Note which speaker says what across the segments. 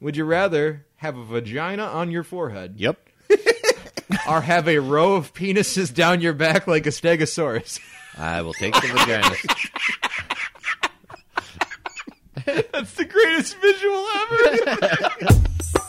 Speaker 1: Would you rather have a vagina on your forehead
Speaker 2: Yep.
Speaker 1: or have a row of penises down your back like a stegosaurus?
Speaker 2: I will take the vagina.
Speaker 1: That's the greatest visual ever.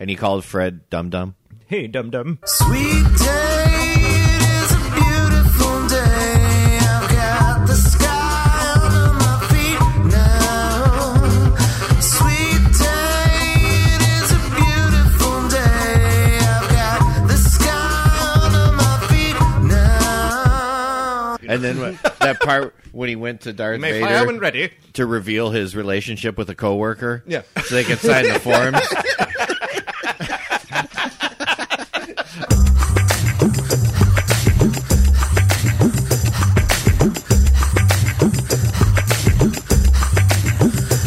Speaker 2: and he called Fred Dum Dum.
Speaker 1: hey, dum dum.
Speaker 3: Sweet day, it is a beautiful day. I've got the sky under my feet now. Sweet day, it is a beautiful day. I've got the sky under my feet now.
Speaker 2: And then when- that part when he went to Darth
Speaker 1: May fire when
Speaker 2: Vader
Speaker 1: ready.
Speaker 2: to reveal his relationship with a coworker.
Speaker 1: Yeah.
Speaker 2: So they could sign the forms.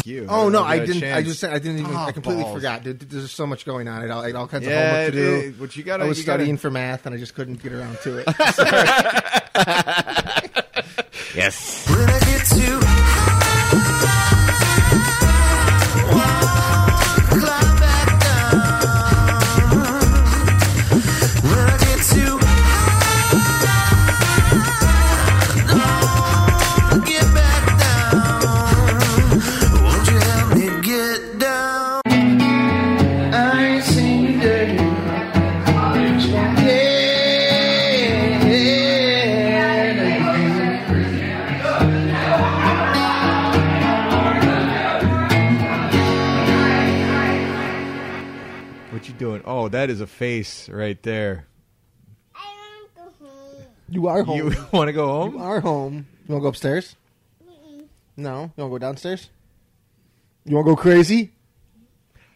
Speaker 1: You.
Speaker 4: Oh no,
Speaker 1: Give it
Speaker 4: I
Speaker 1: a
Speaker 4: didn't. I
Speaker 1: chance.
Speaker 4: just. I didn't even. I
Speaker 1: Oh,
Speaker 4: completely
Speaker 1: balls.
Speaker 4: forgot. There- There's so much going on. I had all, I had all kinds
Speaker 1: Yeah,
Speaker 4: of homework to do.
Speaker 1: dude, but you gotta-
Speaker 4: I was
Speaker 1: you gotta-
Speaker 4: studying for math, and I just couldn't get around to it.
Speaker 2: yes.
Speaker 3: When I get too high, I'll climb back down. When I get too high, I'll get back down. Won't you help me get down? I seen dirty.
Speaker 1: What you doing? Oh, that is a face right there.
Speaker 5: I want to go home.
Speaker 4: you are home.
Speaker 1: You
Speaker 4: You
Speaker 1: want to go home?
Speaker 4: are home. You want to go upstairs?
Speaker 5: Mm-mm.
Speaker 4: No. You want to go downstairs? You want to go crazy?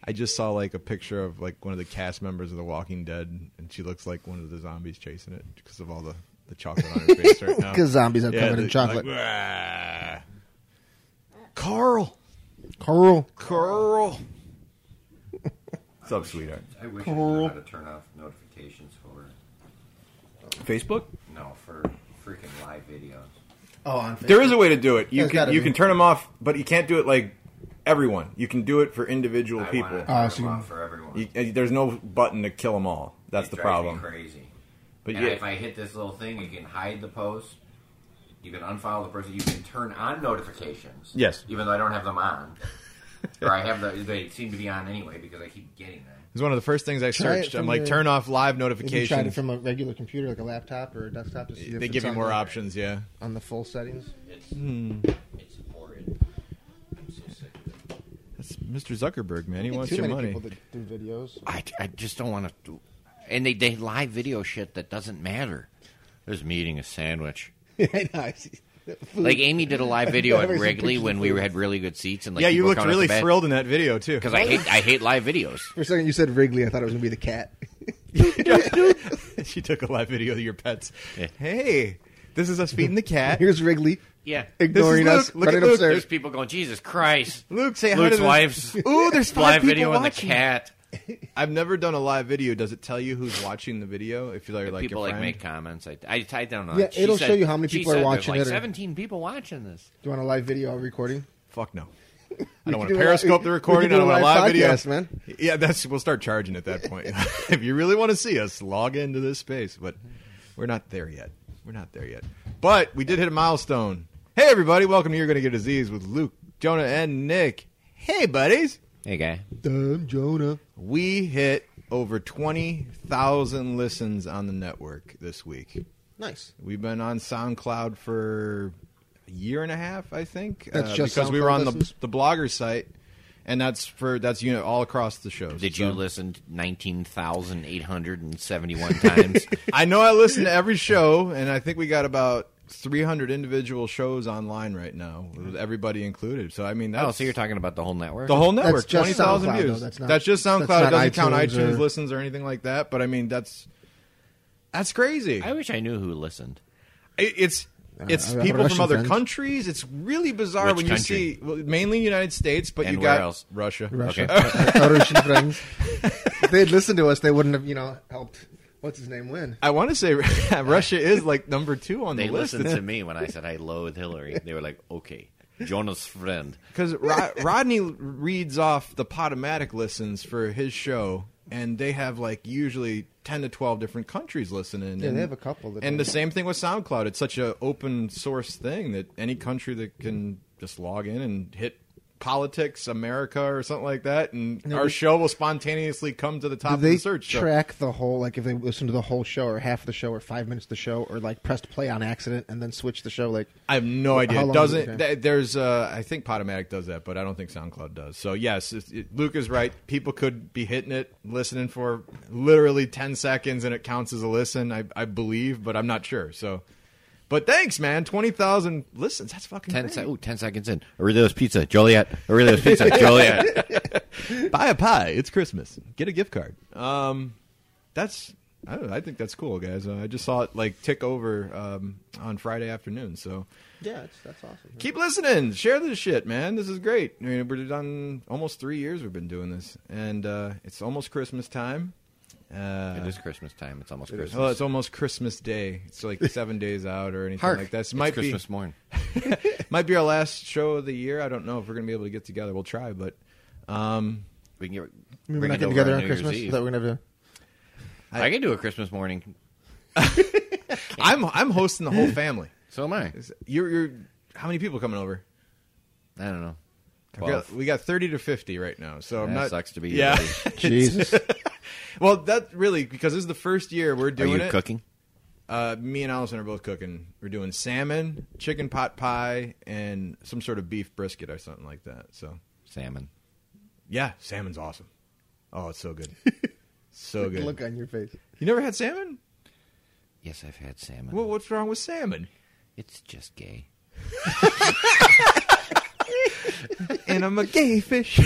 Speaker 1: I just saw like a picture of like one of the cast members of The Walking Dead, and she looks like one of the zombies chasing it because of all the the chocolate on her face right now.
Speaker 4: Because zombies are
Speaker 1: Yeah,
Speaker 4: covered in
Speaker 1: the-
Speaker 4: chocolate.
Speaker 1: like, "Wah." Carl,
Speaker 4: Carl.
Speaker 1: Carl. What's up, sweetheart?
Speaker 6: I wish I knew how to turn off notifications for
Speaker 1: Facebook.
Speaker 6: no for freaking live videos.
Speaker 4: Oh, on
Speaker 1: There is a way to do it. You
Speaker 4: There's
Speaker 1: can
Speaker 4: gotta
Speaker 1: you
Speaker 4: be.
Speaker 1: can turn them off, but you can't do it like everyone. You can do it for individual
Speaker 6: I
Speaker 1: people.
Speaker 6: want to
Speaker 4: Ah,
Speaker 6: turn
Speaker 4: so you-
Speaker 6: them off for everyone.
Speaker 1: You- uh, there's no button to kill them all. That's
Speaker 6: It
Speaker 1: the
Speaker 6: drives me
Speaker 1: problem.
Speaker 6: crazy.
Speaker 1: But
Speaker 6: And
Speaker 1: yeah,
Speaker 6: if I hit this little thing, you can hide the post. You can unfollow the person. You can turn on notifications.
Speaker 1: Yes.
Speaker 6: Even though I don't have them on, or I have the they seem to be on anyway because I keep getting them.
Speaker 1: It's one of the first things I
Speaker 4: Try it
Speaker 1: searched. I'm
Speaker 4: from
Speaker 1: like,
Speaker 4: your-
Speaker 1: turn off live
Speaker 4: If you tried it
Speaker 1: notifications.
Speaker 4: from a regular computer, like a laptop or a desktop, to see if
Speaker 1: They
Speaker 4: it's
Speaker 1: give you
Speaker 4: on
Speaker 1: more
Speaker 4: the-
Speaker 1: options, yeah.
Speaker 4: on the full settings.
Speaker 6: It's it's horrid. I'm so sick of it.
Speaker 1: That's Mr. Zuckerberg, man. He wants
Speaker 4: Too
Speaker 1: your
Speaker 4: many
Speaker 1: money.
Speaker 4: people that do videos.
Speaker 2: I, I just don't want to. And they, they live video shit that doesn't matter. There's me eating a sandwich.
Speaker 4: I know, I see. Food.
Speaker 2: Like Amy did a live video
Speaker 4: I've
Speaker 2: at
Speaker 4: never seen
Speaker 2: Wrigley
Speaker 4: pictures
Speaker 2: when
Speaker 4: of
Speaker 2: we
Speaker 4: food.
Speaker 2: had really good seats and like
Speaker 1: yeah, you looked really thrilled in that video too.
Speaker 2: because I hate I hate live videos.
Speaker 4: For a second, you said Wrigley. I thought it was gonna be the cat.
Speaker 1: she took a live video of your pets. Hey, this is us feeding the cat.
Speaker 4: Here's Wrigley
Speaker 2: Yeah,
Speaker 4: ignoring
Speaker 1: Luke.
Speaker 4: us,
Speaker 1: Look at
Speaker 4: running
Speaker 1: Luke.
Speaker 4: upstairs.
Speaker 2: there's people going, Jesus Christ,
Speaker 1: Luke, say hi to
Speaker 2: Luke's
Speaker 1: the-
Speaker 2: wife's
Speaker 1: Ooh, Oh, there's five
Speaker 2: live
Speaker 1: people
Speaker 2: video and the
Speaker 1: watching.
Speaker 2: cat.
Speaker 1: I've never done a live video. Does it tell you who's watching the video? If you're like
Speaker 2: people
Speaker 1: your
Speaker 2: like
Speaker 1: friend?
Speaker 2: make comments. I, I, I don't know.
Speaker 4: Yeah,
Speaker 2: She
Speaker 4: it'll
Speaker 2: said-
Speaker 4: show you how many
Speaker 2: she
Speaker 4: people are
Speaker 2: said there's
Speaker 4: watching
Speaker 2: like
Speaker 4: it or-
Speaker 2: Seventeen people watching this.
Speaker 4: Do you want a live video recording?
Speaker 1: Fuck no. I don't want
Speaker 4: do
Speaker 1: to
Speaker 4: a
Speaker 1: periscope
Speaker 4: live-
Speaker 1: the
Speaker 4: we
Speaker 1: recording.
Speaker 4: could
Speaker 1: I
Speaker 4: do a
Speaker 1: don't want a
Speaker 4: live
Speaker 1: live video,
Speaker 4: podcast, man.
Speaker 1: Yeah, that's we'll start charging at that point. if you really want to see us, log into this space. But we're not there yet. We're not there yet. But we did hit a milestone. Hey, everybody! Welcome to You're Going to Get Disease with Luke, Jonah, and Nick. Hey, buddies!
Speaker 2: Hey, guy.
Speaker 4: Dumb Jonah.
Speaker 1: We hit over twenty thousand listens on the network this week.
Speaker 4: Nice.
Speaker 1: We've been on SoundCloud for a year and a half, I think.
Speaker 4: That's
Speaker 1: uh,
Speaker 4: just
Speaker 1: because we were
Speaker 4: SoundCloud
Speaker 1: on the
Speaker 4: listens?
Speaker 1: the blogger site, and that's for that's you know all across the shows.
Speaker 2: Did you
Speaker 1: So-
Speaker 2: listen nineteen thousand eight hundred and seventy-one times?
Speaker 1: I know I listen to every show, and I think we got about. 300 individual shows online right now, with everybody included. So I mean, that's
Speaker 2: oh, so you're talking about the whole network?
Speaker 1: the whole network,
Speaker 4: just
Speaker 1: twenty thousand
Speaker 4: SoundCloud,
Speaker 1: views.
Speaker 4: though. That's not-
Speaker 1: just SoundCloud.
Speaker 4: that's
Speaker 1: it
Speaker 4: not
Speaker 1: doesn't count
Speaker 4: iTunes
Speaker 1: iTunes
Speaker 4: or-
Speaker 1: listens or anything like that. But I mean, that's that's crazy.
Speaker 2: I wish I knew who listened.
Speaker 1: It- it's It's
Speaker 4: I Uh, have
Speaker 1: people from
Speaker 4: Russian
Speaker 1: other
Speaker 4: friends.
Speaker 1: countries. It's really bizarre
Speaker 2: Which
Speaker 1: when you
Speaker 2: country?
Speaker 1: see well, mainly United States, but
Speaker 2: And
Speaker 1: you
Speaker 2: where
Speaker 1: got
Speaker 2: else?
Speaker 1: Russia.
Speaker 4: Russia.
Speaker 2: Okay.
Speaker 4: Our Russian friends. If they'd listened to us, they wouldn't have, you know, helped. What's his name win?
Speaker 1: I want to say Russia is like number two on
Speaker 2: They
Speaker 1: the list
Speaker 2: listened to me when I said I loathe Hillary. They were like, okay, Jonah's friend.
Speaker 1: because Rod- Rodney reads off the Potomatic listens for his show, and they have like usually ten to twelve different countries listening.
Speaker 4: Yeah,
Speaker 1: and,
Speaker 4: they have a couple that
Speaker 1: and
Speaker 4: do.
Speaker 1: the same thing with SoundCloud. It's such a open source thing that any country that can just log in and hit politics America or something like that, and our show will spontaneously come to the top
Speaker 4: Did they
Speaker 1: of the search. So-
Speaker 4: track the whole like if they listen to the whole show or half the show or five minutes of the show or like pressed play on accident and then switch the show like
Speaker 1: I have no idea.
Speaker 4: how
Speaker 1: It
Speaker 4: long
Speaker 1: doesn't
Speaker 4: does it take?
Speaker 1: th- there's uh, I think Potomatic does that, but I don't think SoundCloud does. So yes, it's, it, Luke is right. People could be hitting it, listening for literally ten seconds, and it counts as a listen. I, I believe, but I'm not sure. So, but thanks, man. Twenty thousand listens. That's fucking
Speaker 2: Ten,
Speaker 1: great.
Speaker 2: se- ooh, 10 seconds in. Aurelio's Pizza, Joliet. Aurelio's Pizza, Joliet.
Speaker 1: Buy a pie. It's Christmas. Get a gift card. Um, that's I, don't know, I think that's cool, guys. Uh, I just saw it like tick over um, on Friday afternoon. So
Speaker 4: yeah it's, that's awesome
Speaker 1: keep listening share this shit man this is great i mean we're done almost three years we've been doing this and uh, it's almost christmas time uh,
Speaker 2: It is Christmas time. It's almost Christmas.
Speaker 1: well Oh, it's almost christmas day it's like seven days out or anything
Speaker 2: Hark,
Speaker 1: like that this
Speaker 2: it's
Speaker 1: might be
Speaker 2: Christmas morning.
Speaker 1: might be our last show of the year i don't know if we're gonna be able to get together we'll try but um,
Speaker 2: We can get,
Speaker 4: I mean, we're
Speaker 2: bring
Speaker 4: not
Speaker 2: it
Speaker 4: getting
Speaker 2: over
Speaker 4: together on
Speaker 2: New Year's
Speaker 4: Christmas
Speaker 2: Eve.
Speaker 4: that we're gonna have
Speaker 2: I, can do a Christmas morning.
Speaker 1: i'm i'm hosting the whole family
Speaker 2: So am I.
Speaker 1: Is- you're, you're how many people coming over
Speaker 2: I don't know.
Speaker 1: I've got-
Speaker 2: 12.
Speaker 1: we got 30 to 50 right now so i'm
Speaker 2: That
Speaker 1: not
Speaker 2: sucks to be
Speaker 1: yeah
Speaker 4: to Jesus
Speaker 1: well that really because this is the first year we're
Speaker 2: Are
Speaker 1: doing
Speaker 2: you
Speaker 1: it
Speaker 2: cooking?
Speaker 1: Uh, me and Allison are both cooking. We're doing salmon, chicken pot pie, and some sort of beef brisket or something like that. So,
Speaker 2: Salmon.
Speaker 1: yeah, salmon's awesome. Oh, it's so good. so good.
Speaker 4: look on your face
Speaker 1: You never had salmon?
Speaker 2: Yes, I've had salmon.
Speaker 1: Well, what's wrong with salmon?
Speaker 2: It's just gay.
Speaker 1: And I'm a gay fish.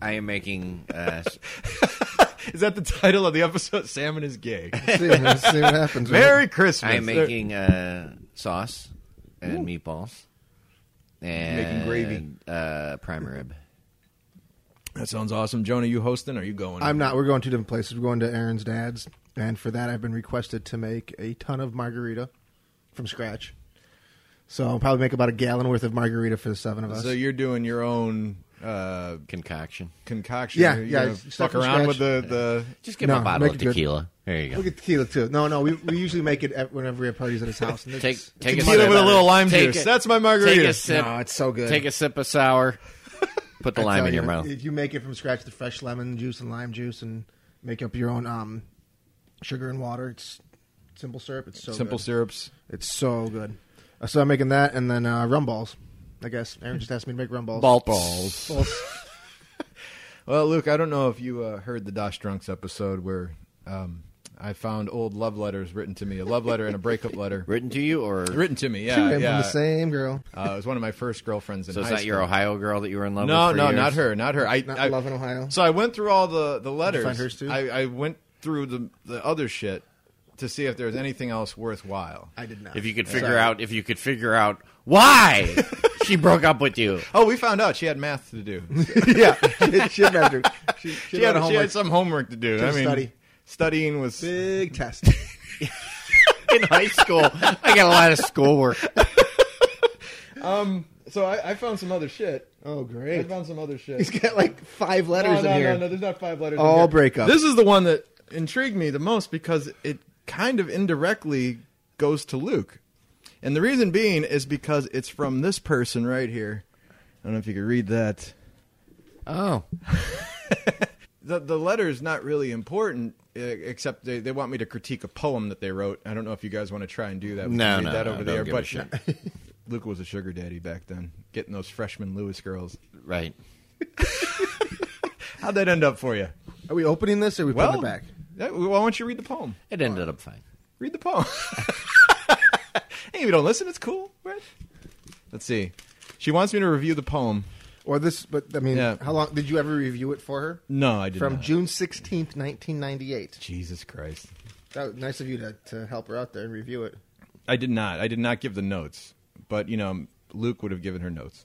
Speaker 2: I am making. Uh, s-
Speaker 1: is that the title of the episode? Salmon is gay.
Speaker 4: see, what- see what happens right?
Speaker 1: Merry Christmas.
Speaker 2: I am making uh, sauce and meatballs and
Speaker 1: gravy.
Speaker 2: Uh, prime rib.
Speaker 1: That sounds awesome. Jonah, you hosting? Or are you going?
Speaker 4: I'm not we're going two different places we're going to Aaron's dad's and for that I've been requested to make a ton of margarita from scratch so I'll probably make about a gallon worth of margarita for the seven of us
Speaker 1: So you're doing your own uh,
Speaker 2: Concoction.
Speaker 1: concoction.
Speaker 4: Yeah,
Speaker 1: You're
Speaker 4: yeah,
Speaker 1: gonna
Speaker 4: stuff
Speaker 1: Fuck
Speaker 4: from
Speaker 1: around
Speaker 4: scratch.
Speaker 1: with the, the
Speaker 2: Just give
Speaker 4: No,
Speaker 2: him a bottle
Speaker 4: make
Speaker 2: of
Speaker 4: it good.
Speaker 2: tequila. There you go.
Speaker 4: We'll get tequila too. No, no, we, we usually make it at- whenever we have parties at his house. And
Speaker 2: Take
Speaker 4: it's-
Speaker 2: take
Speaker 1: Tequila
Speaker 2: a sip.
Speaker 1: with a little lime
Speaker 2: Take
Speaker 1: juice.
Speaker 2: a-
Speaker 1: That's my margarita.
Speaker 2: Take a sip.
Speaker 4: No, it's so good.
Speaker 2: Take a sip of sour. Put the
Speaker 4: I
Speaker 2: lime
Speaker 4: tell
Speaker 2: in your
Speaker 4: you,
Speaker 2: mouth.
Speaker 4: If you make it from scratch, the fresh lemon juice and lime juice, and make up your own um, sugar and water. It's simple syrup. It's so
Speaker 1: simple
Speaker 4: good.
Speaker 1: syrups.
Speaker 4: It's so good. Uh, So I'm making that, and then uh, rum balls. I guess Aaron just asked me to make rum balls.
Speaker 2: Balls.
Speaker 1: Balls.
Speaker 4: Balls.
Speaker 1: Well, Luke, I don't know if you uh, heard the Dosh Drunks episode where um, I found old love letters written to me, a love letter and a breakup letter
Speaker 2: Written to you or
Speaker 1: written to me.
Speaker 4: Two
Speaker 1: Yeah,
Speaker 4: of them
Speaker 1: yeah.
Speaker 4: from the same girl.
Speaker 1: Uh, it was one of my first girlfriends in
Speaker 2: so?
Speaker 1: high
Speaker 2: It's not your
Speaker 1: school.
Speaker 2: Ohio girl that you were in love
Speaker 1: No,
Speaker 2: with? for
Speaker 1: no,
Speaker 2: years?
Speaker 1: not her, not her. I,
Speaker 4: Not
Speaker 1: I
Speaker 4: love in Ohio.
Speaker 1: So I went through all the the letters.
Speaker 4: find hers too?
Speaker 1: I, I went through the the other shit to see if there was anything else worthwhile.
Speaker 4: I did not.
Speaker 2: If you could figure out, if you could figure out why she broke up with you,
Speaker 1: Oh, we found out she had math to do.
Speaker 4: yeah, she had after. She, she,
Speaker 1: she, had,
Speaker 4: a
Speaker 1: she
Speaker 4: homework.
Speaker 1: had some homework to do.
Speaker 4: Didn't
Speaker 1: I mean,
Speaker 4: study.
Speaker 1: studying was
Speaker 4: big test.
Speaker 2: in high school, I got a lot of schoolwork.
Speaker 1: So I, I found some other shit.
Speaker 4: Oh
Speaker 1: I
Speaker 4: great!
Speaker 1: found some other shit.
Speaker 4: He's got like five letters
Speaker 1: no,
Speaker 4: in here.
Speaker 1: No, no, there's not five letters.
Speaker 4: All
Speaker 1: in here.
Speaker 4: breakup.
Speaker 1: This is the one that intrigued me the most because it kind of indirectly goes to Luke, and the reason being is because it's from this person right here. I don't know if you could read that.
Speaker 2: Oh,
Speaker 1: The the letter is not really important. eh, Except they, they want me to critique a poem that they wrote. I don't know if you guys want to try and do that. We
Speaker 2: No,
Speaker 1: can read
Speaker 2: no,
Speaker 1: that
Speaker 2: no,
Speaker 1: over
Speaker 2: don't
Speaker 1: there.
Speaker 2: give a
Speaker 1: but
Speaker 2: shit.
Speaker 1: Luke was a sugar daddy back then, getting those freshman Lewis girls.
Speaker 2: right.
Speaker 1: How'd that end up for you?
Speaker 4: Are we opening this or are we
Speaker 1: Well,
Speaker 4: putting it back?
Speaker 1: that- well, why don't you read the poem?
Speaker 2: It ended up fine.
Speaker 1: Read the poem. hey, you don't listen. It's cool. Right? Let's see. She wants me to review the poem.
Speaker 4: Or this, but I mean,
Speaker 1: Yeah.
Speaker 4: how long did you ever review it for her?
Speaker 1: No, I did
Speaker 4: From
Speaker 1: not.
Speaker 4: June sixteenth, nineteen ninety-eight.
Speaker 1: Jesus Christ.
Speaker 4: That was nice of you to, to help her out there and review it.
Speaker 1: I did not. I did not give the notes, but you know, Luke would have given her notes.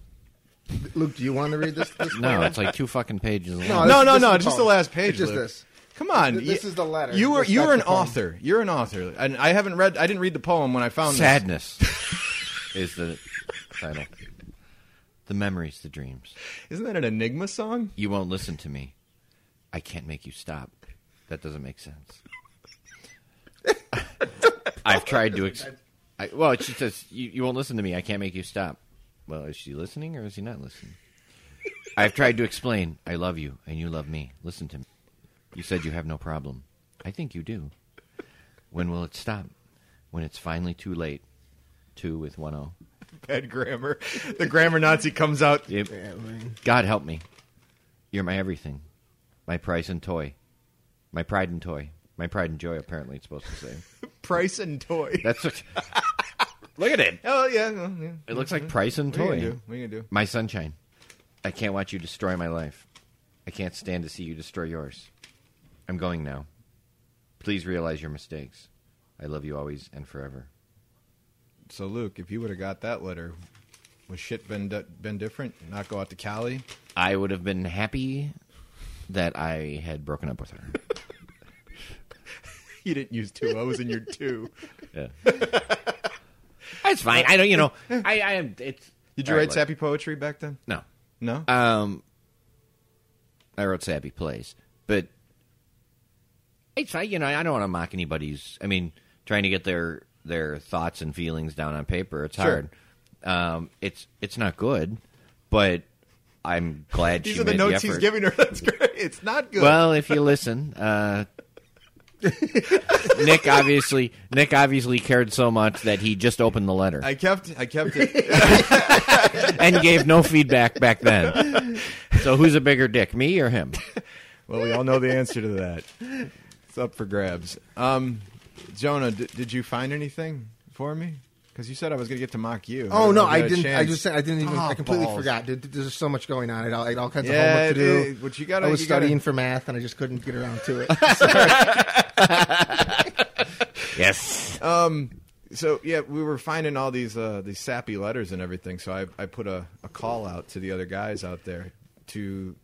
Speaker 4: Luke, do you want to read this? this
Speaker 2: No, it's like two fucking pages long.
Speaker 4: No,
Speaker 1: no,
Speaker 4: Oh, this-
Speaker 1: no,
Speaker 4: this
Speaker 1: no.
Speaker 4: is
Speaker 1: It's just the
Speaker 4: poem.
Speaker 1: last page.
Speaker 4: It's just
Speaker 1: Luke.
Speaker 4: this.
Speaker 1: Come on.
Speaker 4: Th- this
Speaker 1: you-
Speaker 4: is the letter.
Speaker 1: You were
Speaker 4: This-
Speaker 1: you
Speaker 4: that's
Speaker 1: were an
Speaker 4: the poem.
Speaker 1: author. You're an author, and I haven't read. I didn't read the poem when I found this.
Speaker 2: Sadness is the title. The memories, the dreams.
Speaker 1: Isn't that an Enigma song?
Speaker 2: You won't listen to me. I can't make you stop. That doesn't make sense. I've tried to. Ex- I, well, she says, you, you won't listen to me. I can't make you stop. Well, is she listening or is he not listening? I've tried to explain. I love you and you love me. Listen to me. You said you have no problem. I think you do. When will it stop? When it's finally too late. Two with one oh. O.
Speaker 1: Bad grammar. The grammar Nazi comes out.
Speaker 2: Yep.
Speaker 4: Yeah, I mean,
Speaker 2: God help me. You're my everything. My price and toy. My pride and toy. My pride and joy, apparently, it's supposed to say.
Speaker 1: Price and toy.
Speaker 2: That's what. Look at it.
Speaker 1: Oh yeah, well, yeah.
Speaker 2: It looks like price and
Speaker 1: What are you gonna
Speaker 2: toy.
Speaker 1: do? What are you gonna do?
Speaker 2: My sunshine. I can't watch you destroy my life. I can't stand to see you destroy yours. I'm going now. Please realize your mistakes. I love you always and forever.
Speaker 1: So Luke, if you would have got that letter, would shit been di- been different? Not go out to Cali?
Speaker 2: I would have been happy that I had broken up with her.
Speaker 1: You didn't use two O's in your two.
Speaker 2: Yeah. That's fine. I don't, you know, I, I am, it's.
Speaker 1: Did you
Speaker 2: All right,
Speaker 1: write
Speaker 2: look.
Speaker 1: sappy poetry back then?
Speaker 2: No.
Speaker 1: No.
Speaker 2: Um, I wrote Sappy Plays, but it's I, you know I don't want to mock anybody's. I mean, trying to get their their thoughts and feelings down on paper, it's
Speaker 1: Sure.
Speaker 2: hard. Um, it's it's not good, but I'm glad
Speaker 1: These
Speaker 2: she
Speaker 1: are the
Speaker 2: made
Speaker 1: notes
Speaker 2: the
Speaker 1: he's
Speaker 2: effort.
Speaker 1: giving her. That's great. It's not good.
Speaker 2: Well, if you listen, uh, Nick obviously Nick obviously cared so much that he just opened the letter
Speaker 1: I kept I kept it.
Speaker 2: and gave no feedback back then. So who's a bigger dick, me or him?
Speaker 1: well, we all know the answer to that. It's up for grabs. Um, Jonah, d- did you find anything for me? Because you said I was going to get to mock you.
Speaker 4: Oh
Speaker 1: don't
Speaker 4: no,
Speaker 1: know if
Speaker 4: I
Speaker 1: you had a
Speaker 4: didn't. I
Speaker 1: chance.
Speaker 4: just said I didn't even.
Speaker 1: Ah,
Speaker 4: I completely
Speaker 1: balls.
Speaker 4: forgot. Dude, there's just so much going on. I had all, I had all kinds of
Speaker 1: Yeah,
Speaker 4: homework to do.
Speaker 1: it- what you gotta-
Speaker 4: I was
Speaker 1: you gotta-
Speaker 4: studying for math, and I just couldn't get around to it.
Speaker 2: Yes.
Speaker 1: So yeah, we were finding all these uh, these sappy letters and everything. So I, I put a, a call out to the other guys out there to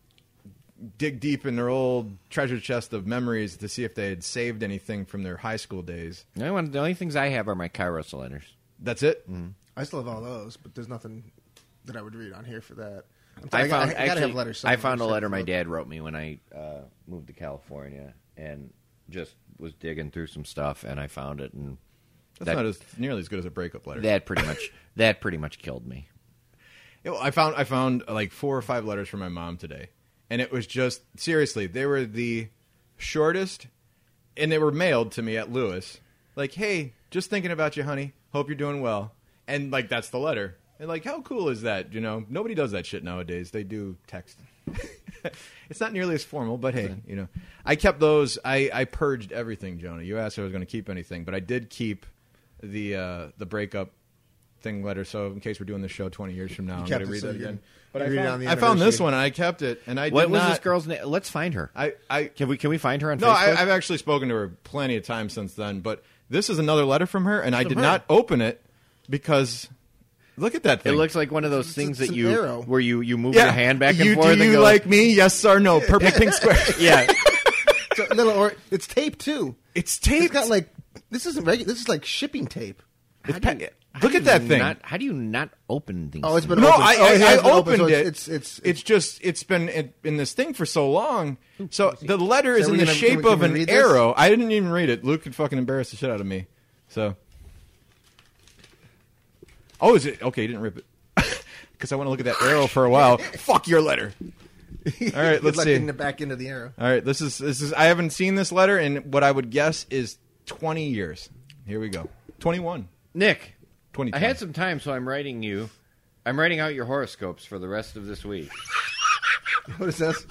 Speaker 1: dig deep in their old treasure chest of memories to see if they had saved anything from their high school days.
Speaker 2: The only, one, the only things I have are my Kairos letters.
Speaker 1: That's it.
Speaker 2: Mm-hmm.
Speaker 4: I still have all those, but there's nothing that I would read on here for that. I'm
Speaker 2: I,
Speaker 4: sorry,
Speaker 2: found
Speaker 4: I, gotta
Speaker 2: actually,
Speaker 4: have
Speaker 2: I
Speaker 4: letters. somewhere.
Speaker 2: found a
Speaker 4: Just
Speaker 2: letter my
Speaker 4: have to
Speaker 2: dad wrote me when I uh, moved to California, and just was digging through some stuff, and I found it, and
Speaker 1: That's
Speaker 2: That-
Speaker 1: not as nearly as good as a breakup letter.
Speaker 2: that pretty much that pretty much killed me.
Speaker 1: You know, I found I found uh, like four or five letters from my mom today, and it was just seriously they were the shortest, and they were mailed to me at Lewis. Like, hey, just thinking about you, honey. Hope you're doing well. And like that's the letter. And like, how cool is that? You know, nobody does that shit nowadays. They do text. it's not nearly as formal, but hey, you know, I kept those. I I purged everything, Jonah. You asked if I was going to keep anything, but I did keep the uh the breakup thing letter. So in case we're doing this show 20 years from now, I'm going
Speaker 4: kept
Speaker 1: to
Speaker 4: it
Speaker 1: read
Speaker 4: so
Speaker 1: that
Speaker 4: you
Speaker 1: again.
Speaker 4: can-
Speaker 1: But
Speaker 4: you
Speaker 1: I
Speaker 4: read it on
Speaker 1: found,
Speaker 4: the
Speaker 1: I found this
Speaker 4: anniversary.
Speaker 1: one and I kept it. And I
Speaker 2: What
Speaker 1: did
Speaker 2: was this
Speaker 1: not-
Speaker 2: girl's name? Let's find her.
Speaker 1: I I
Speaker 2: can we can we find her on
Speaker 1: no,
Speaker 2: Facebook?
Speaker 1: I, I've actually spoken to her plenty of times since then. But this is another letter from her, and I did
Speaker 4: her.
Speaker 1: not open it because look at that
Speaker 2: it
Speaker 1: thing.
Speaker 2: looks like one of those things that
Speaker 4: it's an
Speaker 2: you
Speaker 4: arrow.
Speaker 2: where you you move
Speaker 1: yeah.
Speaker 2: your hand back and
Speaker 1: you,
Speaker 2: forth.
Speaker 1: Do
Speaker 2: and
Speaker 1: you
Speaker 2: go,
Speaker 1: like me? Yes or no? Purple pink square.
Speaker 2: Yeah.
Speaker 4: It's a little, or it's tape too.
Speaker 1: It's taped.
Speaker 4: It's got like this isn't regular. This is like shipping tape.
Speaker 1: It's
Speaker 2: How do
Speaker 1: pa-
Speaker 2: you- how
Speaker 1: look
Speaker 2: do
Speaker 1: at that
Speaker 2: you
Speaker 1: thing.
Speaker 2: not- how do you not open these?
Speaker 4: Oh, it's
Speaker 2: things?
Speaker 4: been
Speaker 1: no,
Speaker 4: open.
Speaker 1: I,
Speaker 4: Oh, it
Speaker 1: I, I
Speaker 4: has been
Speaker 1: opened
Speaker 4: open, so
Speaker 1: it.
Speaker 4: It's it's,
Speaker 1: it's just it's been in, in this thing for so long. So the letter
Speaker 4: So
Speaker 1: is
Speaker 4: we
Speaker 1: in the
Speaker 4: gonna- can
Speaker 1: shape
Speaker 4: we- can
Speaker 1: of
Speaker 4: we
Speaker 1: an
Speaker 4: read this?
Speaker 1: arrow. I didn't even read it. Luke could fucking embarrass the shit out of me. So, oh, is it okay? You didn't rip it because I want to look at that arrow for a while. Fuck your letter. All right, let's
Speaker 4: like
Speaker 1: see.
Speaker 4: in the back end of the arrow.
Speaker 1: All right, this is this is. I haven't seen this letter in what I would guess is twenty years. Here we go. Twenty-one.
Speaker 2: Nick.
Speaker 1: 20
Speaker 2: I had some time, so I'm writing you. I'm writing out your horoscopes for the rest of this week.
Speaker 4: What is this?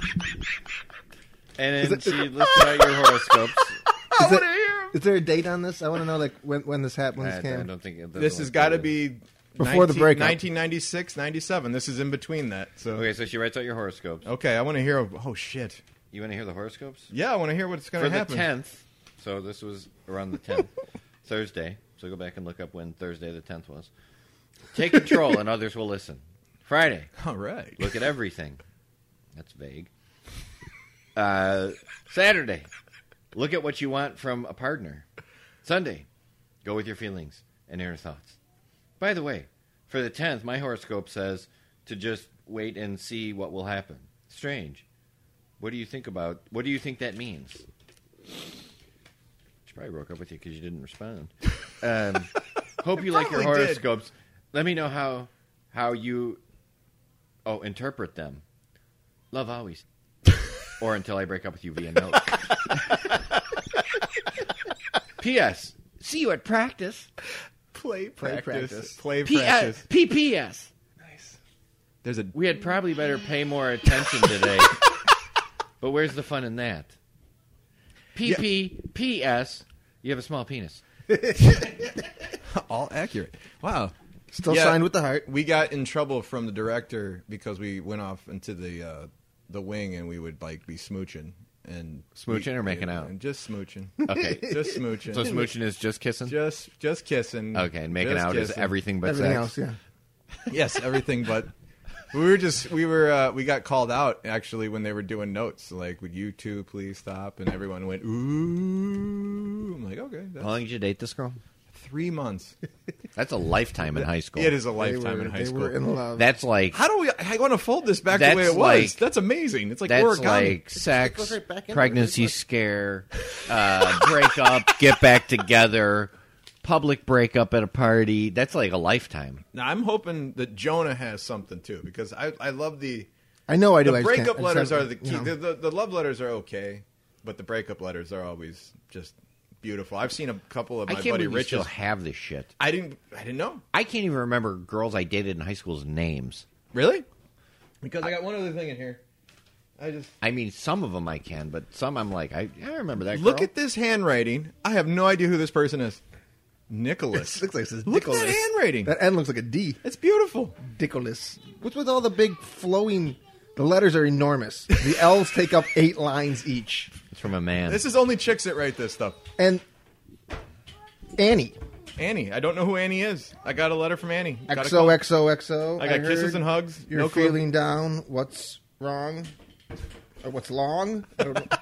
Speaker 2: And then she listed out your horoscopes.
Speaker 4: Is it- Is there a date on this? I want to know like when when this happened. When
Speaker 2: I,
Speaker 1: Ah,
Speaker 4: this
Speaker 2: I
Speaker 4: came.
Speaker 2: don't think it doesn't
Speaker 1: This
Speaker 2: look
Speaker 1: has got to
Speaker 2: good.
Speaker 1: be
Speaker 4: Before the
Speaker 1: 19
Speaker 4: breakup.
Speaker 1: 1996, 97. This is in between that. So
Speaker 2: Okay, so she writes out your horoscopes.
Speaker 1: okay, I want to hear. Oh shit!
Speaker 2: You want to hear the horoscopes
Speaker 1: Yeah, I want to hear what's going
Speaker 2: for
Speaker 1: to happen.
Speaker 2: the tenth? So this was around the tenth. Thursday. So go back and look up when Thursday the 10th was. Take control and others will listen. Friday,
Speaker 1: All right.
Speaker 2: look at everything. That's vague. Uh, Saturday, look at what you want from a partner. Sunday, go with your feelings and inner thoughts. By the way, for the 10th, my horoscope says to just wait and see what will happen. Strange. What do you think about? What do you think that means? She probably broke up with you because you didn't respond. Um, hope you like your
Speaker 1: Probably did.
Speaker 2: horoscopes. Let me know how how you oh interpret them. Love always, or until I break up with you via note. P.S. See you at practice.
Speaker 1: Play practice.
Speaker 4: practice.
Speaker 1: Play
Speaker 2: P.S.
Speaker 1: practice.
Speaker 2: P.P.S.
Speaker 1: Nice. There's a
Speaker 2: We had probably better pay more attention today. but where's the fun in that? P.P.P.S. You have a small penis.
Speaker 1: all accurate. Wow.
Speaker 4: Still
Speaker 1: Yeah.
Speaker 4: signed with the heart.
Speaker 1: We got in trouble from the director because we went off into the uh, the wing and we would like be smooching and
Speaker 2: Smooching or making out?
Speaker 1: and just smooching.
Speaker 2: Okay.
Speaker 1: just smooching.
Speaker 2: So smooching is just kissing.
Speaker 1: Just just kissing.
Speaker 2: okay, and making
Speaker 1: Just
Speaker 2: out is
Speaker 1: kissing.
Speaker 2: everything but
Speaker 4: Everything
Speaker 2: sex.
Speaker 4: else, yeah.
Speaker 1: Yes, everything but. We were just we were uh, we got called out actually when they were doing notes like would you two please stop and everyone went ooh I'm like okay that's
Speaker 2: How long did you date this girl?
Speaker 1: three months
Speaker 2: That's a lifetime in high school.
Speaker 1: it is a
Speaker 4: They
Speaker 1: lifetime
Speaker 4: were-
Speaker 1: in high
Speaker 4: they
Speaker 1: school
Speaker 4: were in love.
Speaker 2: That's like
Speaker 1: How do we? I want to fold this back the
Speaker 2: That's
Speaker 1: way it was.
Speaker 2: like-
Speaker 1: that's amazing. It's like
Speaker 2: that's
Speaker 1: origami.
Speaker 2: like sex,
Speaker 4: goes right back in
Speaker 2: pregnancy
Speaker 4: there, doesn't it?
Speaker 2: scare, uh, break up, get back together, public breakup at a party. That's like a lifetime.
Speaker 1: now I'm hoping that Jonah has something too, because I I love the
Speaker 4: I know I do.
Speaker 1: the
Speaker 4: I just can't-
Speaker 1: breakup
Speaker 4: I
Speaker 1: letters
Speaker 4: just
Speaker 1: are
Speaker 4: haven't,
Speaker 1: the key.
Speaker 4: you know.
Speaker 1: the, the the love letters are okay, but the breakup letters are always just beautiful. I've seen a couple of
Speaker 2: I
Speaker 1: my
Speaker 2: can't
Speaker 1: buddy
Speaker 2: believe you still
Speaker 1: Rich's.
Speaker 2: have this shit.
Speaker 1: I didn't I didn't know
Speaker 2: I can't even remember girls I dated in high school's names.
Speaker 1: really, because I got one other thing in here. I just
Speaker 2: I mean, some of them I can, but some I'm like, I, I remember that.
Speaker 1: look
Speaker 2: girl.
Speaker 1: at this handwriting. I have no idea who this person is. Nicholas.
Speaker 4: It looks like it says
Speaker 1: Look at that
Speaker 4: Nicholas.
Speaker 1: handwriting.
Speaker 4: That N looks like a D.
Speaker 1: it's beautiful.
Speaker 4: Ridiculous. What's with all the big flowing? The letters are enormous. The L's take up eight lines each.
Speaker 2: It's from a man.
Speaker 1: This is only chicks that write this stuff.
Speaker 4: And Annie,
Speaker 1: Annie. I don't know who Annie is. I got a letter from Annie. Got a call.
Speaker 4: XOXOXO.
Speaker 1: I got kisses and hugs.
Speaker 4: You're
Speaker 1: No clue.
Speaker 4: feeling down. What's wrong? Or what's long? I don't know.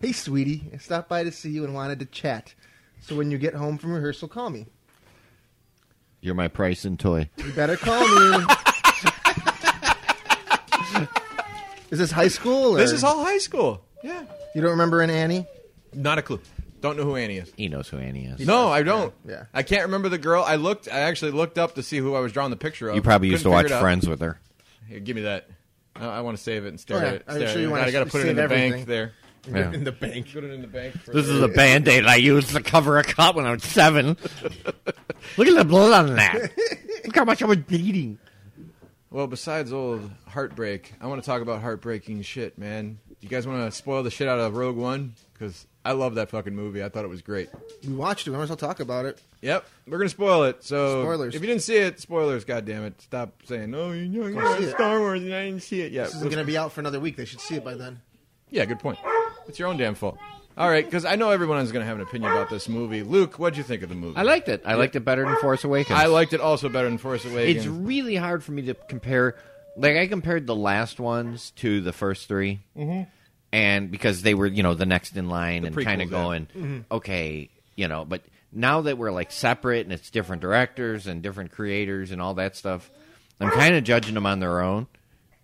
Speaker 4: hey, sweetie, I stopped by to see you and wanted to chat. So when you get home from rehearsal, call me.
Speaker 2: You're my price and toy.
Speaker 4: You better call me. Is this high school? Or
Speaker 1: This is all high school. Yeah.
Speaker 4: You don't remember an Annie?
Speaker 1: Not a clue. Don't know who Annie is.
Speaker 2: He knows who Annie is.
Speaker 1: No, I don't.
Speaker 4: Yeah, yeah.
Speaker 1: I can't remember the girl. I looked. I actually looked up to see who I was drawing the picture of.
Speaker 2: you probably used to
Speaker 1: Couldn't
Speaker 2: watch
Speaker 1: figure it out.
Speaker 2: Friends with her.
Speaker 1: Here, give me that. I, I want to save it and stare
Speaker 4: Oh, yeah.
Speaker 1: at it.
Speaker 4: I'm
Speaker 1: Stare
Speaker 4: sure
Speaker 1: at
Speaker 4: you
Speaker 1: it.
Speaker 4: wanna
Speaker 1: I got to
Speaker 4: s-
Speaker 1: put it in
Speaker 4: save
Speaker 1: the
Speaker 4: everything.
Speaker 1: bank there.
Speaker 2: Yeah.
Speaker 4: the bank.
Speaker 1: Put it in the bank. For
Speaker 2: This is a band aid I used to cover a cut when I was seven. Look at the blood on that. Look how much I was bleeding.
Speaker 1: well, besides old heartbreak, I want to talk about heartbreaking shit, man. You guys want to spoil the shit out of Rogue One because I love that fucking movie. I thought it was great.
Speaker 4: We watched it. We might as well talk about it.
Speaker 1: Yep, we're gonna spoil it. So
Speaker 4: Spoilers.
Speaker 1: If you didn't see it, spoilers. God damn it! Stop saying, "Oh, you know, you know,
Speaker 4: see it.
Speaker 1: Star Wars," and I didn't see it. Yeah,
Speaker 4: This isn't going to be out for another week. They should see it by then.
Speaker 1: yeah. Good point. It's your own damn fault. All right, because I know everyone is gonna have an opinion about this movie. Luke, what'd you think of the movie?
Speaker 2: I liked it. I liked it better than Force Awakens.
Speaker 1: I liked it also better than Force Awakens.
Speaker 2: It's really hard for me to compare. Like I compared the last ones to the first three, and because they were you know the next in line and
Speaker 1: Mm-hmm.
Speaker 2: kind
Speaker 1: prequels,
Speaker 2: of
Speaker 1: yeah. Mm-hmm.
Speaker 2: going okay, you know. But now that we're like separate and it's different directors and different creators and all that stuff, I'm kind of judging them on their own.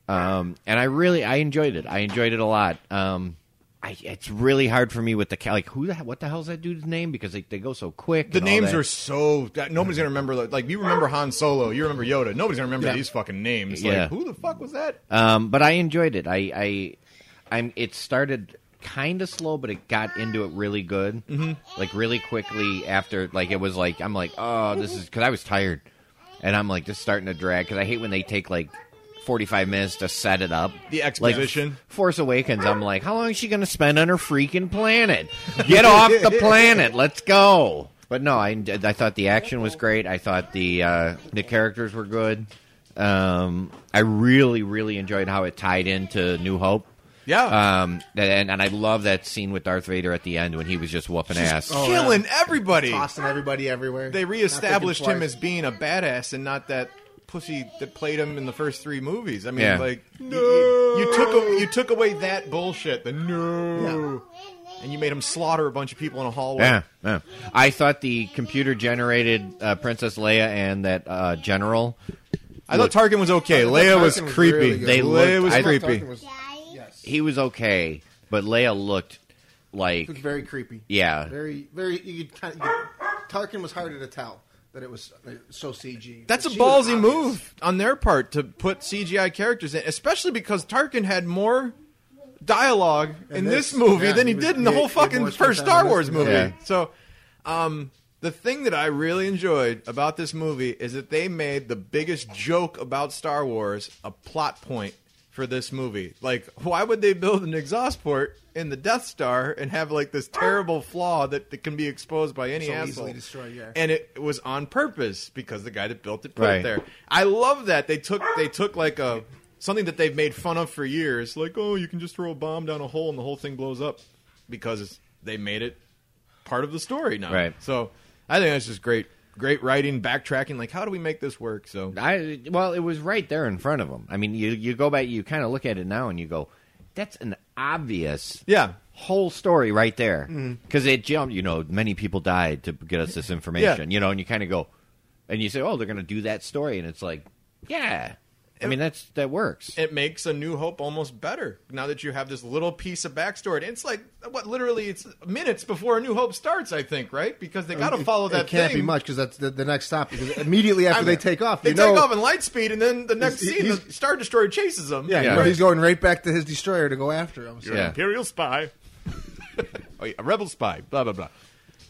Speaker 2: Um, and I really I enjoyed it. I enjoyed it a lot. Um, I, it's really hard for me with the ca- like who the what the hell's that dude's name because they, they go so quick.
Speaker 1: the
Speaker 2: and all
Speaker 1: names
Speaker 2: that.
Speaker 1: are so that- nobody's gonna remember. Like, like you remember Han Solo, you remember Yoda. Nobody's gonna remember
Speaker 4: Yeah.
Speaker 1: these fucking names.
Speaker 2: Yeah.
Speaker 1: Like, who the fuck was that?
Speaker 2: Um, but I enjoyed it. I, I, I'm. It started kind of slow, but it got into it really good. Mm-hmm. Like really quickly after. Like it was like I'm like, oh, this is because I was tired, and I'm like just starting to drag because I hate when they take like 45 minutes to set it up.
Speaker 1: The
Speaker 2: Like,
Speaker 1: exposition.
Speaker 2: Force Awakens. I'm like, how long is she going to spend on her freaking planet? Get off the planet. Let's go. But no, I, I thought the action was great. I thought the uh, the characters were good. Um, I really, really enjoyed how it tied into New Hope.
Speaker 1: Yeah.
Speaker 2: Um, that- and, and I love that scene with Darth Vader at the end when he was just whooping ass.
Speaker 1: Killing everybody.
Speaker 4: Tossing everybody everywhere.
Speaker 1: They
Speaker 4: Not thinking
Speaker 1: reestablished him
Speaker 4: twice.
Speaker 1: as being a badass and not that pussy that played him in the first three movies. I mean,
Speaker 2: Yeah.
Speaker 1: like no. you, you took a, you took away that bullshit. The no. And you made him slaughter a bunch of people in a hallway.
Speaker 2: Yeah, yeah. I thought the computer generated uh, Princess Leia and that uh, general.
Speaker 1: I thought Tarkin was okay.
Speaker 4: I thought
Speaker 1: Leia was
Speaker 4: Tarkin was
Speaker 1: creepy.
Speaker 4: really good.
Speaker 2: They
Speaker 1: Leia
Speaker 2: looked-
Speaker 1: was
Speaker 2: I thought
Speaker 1: creepy.
Speaker 4: Tarkin was-
Speaker 5: Daddy.
Speaker 4: yes.
Speaker 2: He was okay, but Leia looked like
Speaker 4: It was very creepy.
Speaker 2: yeah.
Speaker 4: Very, very. You could kind of, you, Tarkin was harder to tell that it was uh, so CG.
Speaker 1: That's a
Speaker 4: But she was
Speaker 1: ballsy
Speaker 4: obvious.
Speaker 1: move on their part to put CGI characters in, especially because Tarkin had more dialogue in
Speaker 4: And
Speaker 1: this,
Speaker 4: this-
Speaker 1: movie
Speaker 4: yeah,
Speaker 1: than he,
Speaker 4: he was-
Speaker 1: did in the
Speaker 4: he-
Speaker 1: whole
Speaker 4: he
Speaker 1: fucking
Speaker 4: more
Speaker 1: first
Speaker 4: spent
Speaker 1: Star
Speaker 4: time in
Speaker 1: Wars
Speaker 4: this
Speaker 1: movie.
Speaker 4: movie.
Speaker 2: Yeah.
Speaker 1: So, um, the thing that I really enjoyed about this movie is that they made the biggest joke about Star Wars a plot point for this movie. Like, why would they build an exhaust port in the Death Star and have like this terrible flaw that, that can be exposed by any
Speaker 4: So
Speaker 1: asshole?
Speaker 4: easily destroyed, yeah.
Speaker 1: And it was on purpose because the guy that built it put it
Speaker 2: Right.
Speaker 1: there. I love that they took they took like a something that they've made fun of for years, like oh, you can just throw a bomb down a hole and the whole thing blows up, because they made it part of the story now.
Speaker 2: Right.
Speaker 1: So I think that's just great, great writing, backtracking. Like, how do we make this work? So
Speaker 2: I well, it was right there in front of him. I mean, you you go back, you kind of look at it now, and you go, "That's an obvious
Speaker 1: yeah, Mm-hmm.
Speaker 2: whole story right there." Because it jumped. You know, many people died to get us this information. You know, and you kind of go, and you say, "Oh, they're going to do that story," and it's like, "Yeah." I mean, that's that works.
Speaker 1: it makes a new hope almost better now that you have this little piece of backstory and it's like what literally it's minutes before a new hope starts i think right because they got to
Speaker 4: Um, It-
Speaker 1: follow that
Speaker 4: It can't
Speaker 1: thing.
Speaker 4: be much because that's the, the next stop. Because immediately after
Speaker 1: I
Speaker 4: they
Speaker 1: mean,
Speaker 4: take off,
Speaker 1: they
Speaker 4: you
Speaker 1: take
Speaker 4: know,
Speaker 1: off in light speed, and then the next
Speaker 4: He's-
Speaker 1: scene,
Speaker 4: he's-
Speaker 1: the Star Destroyer chases them.
Speaker 4: yeah,
Speaker 2: Yeah.
Speaker 4: you know, he's going right back to his destroyer to go after him. So.
Speaker 2: Yeah.
Speaker 1: Imperial spy, oh, yeah, a rebel spy, blah blah blah.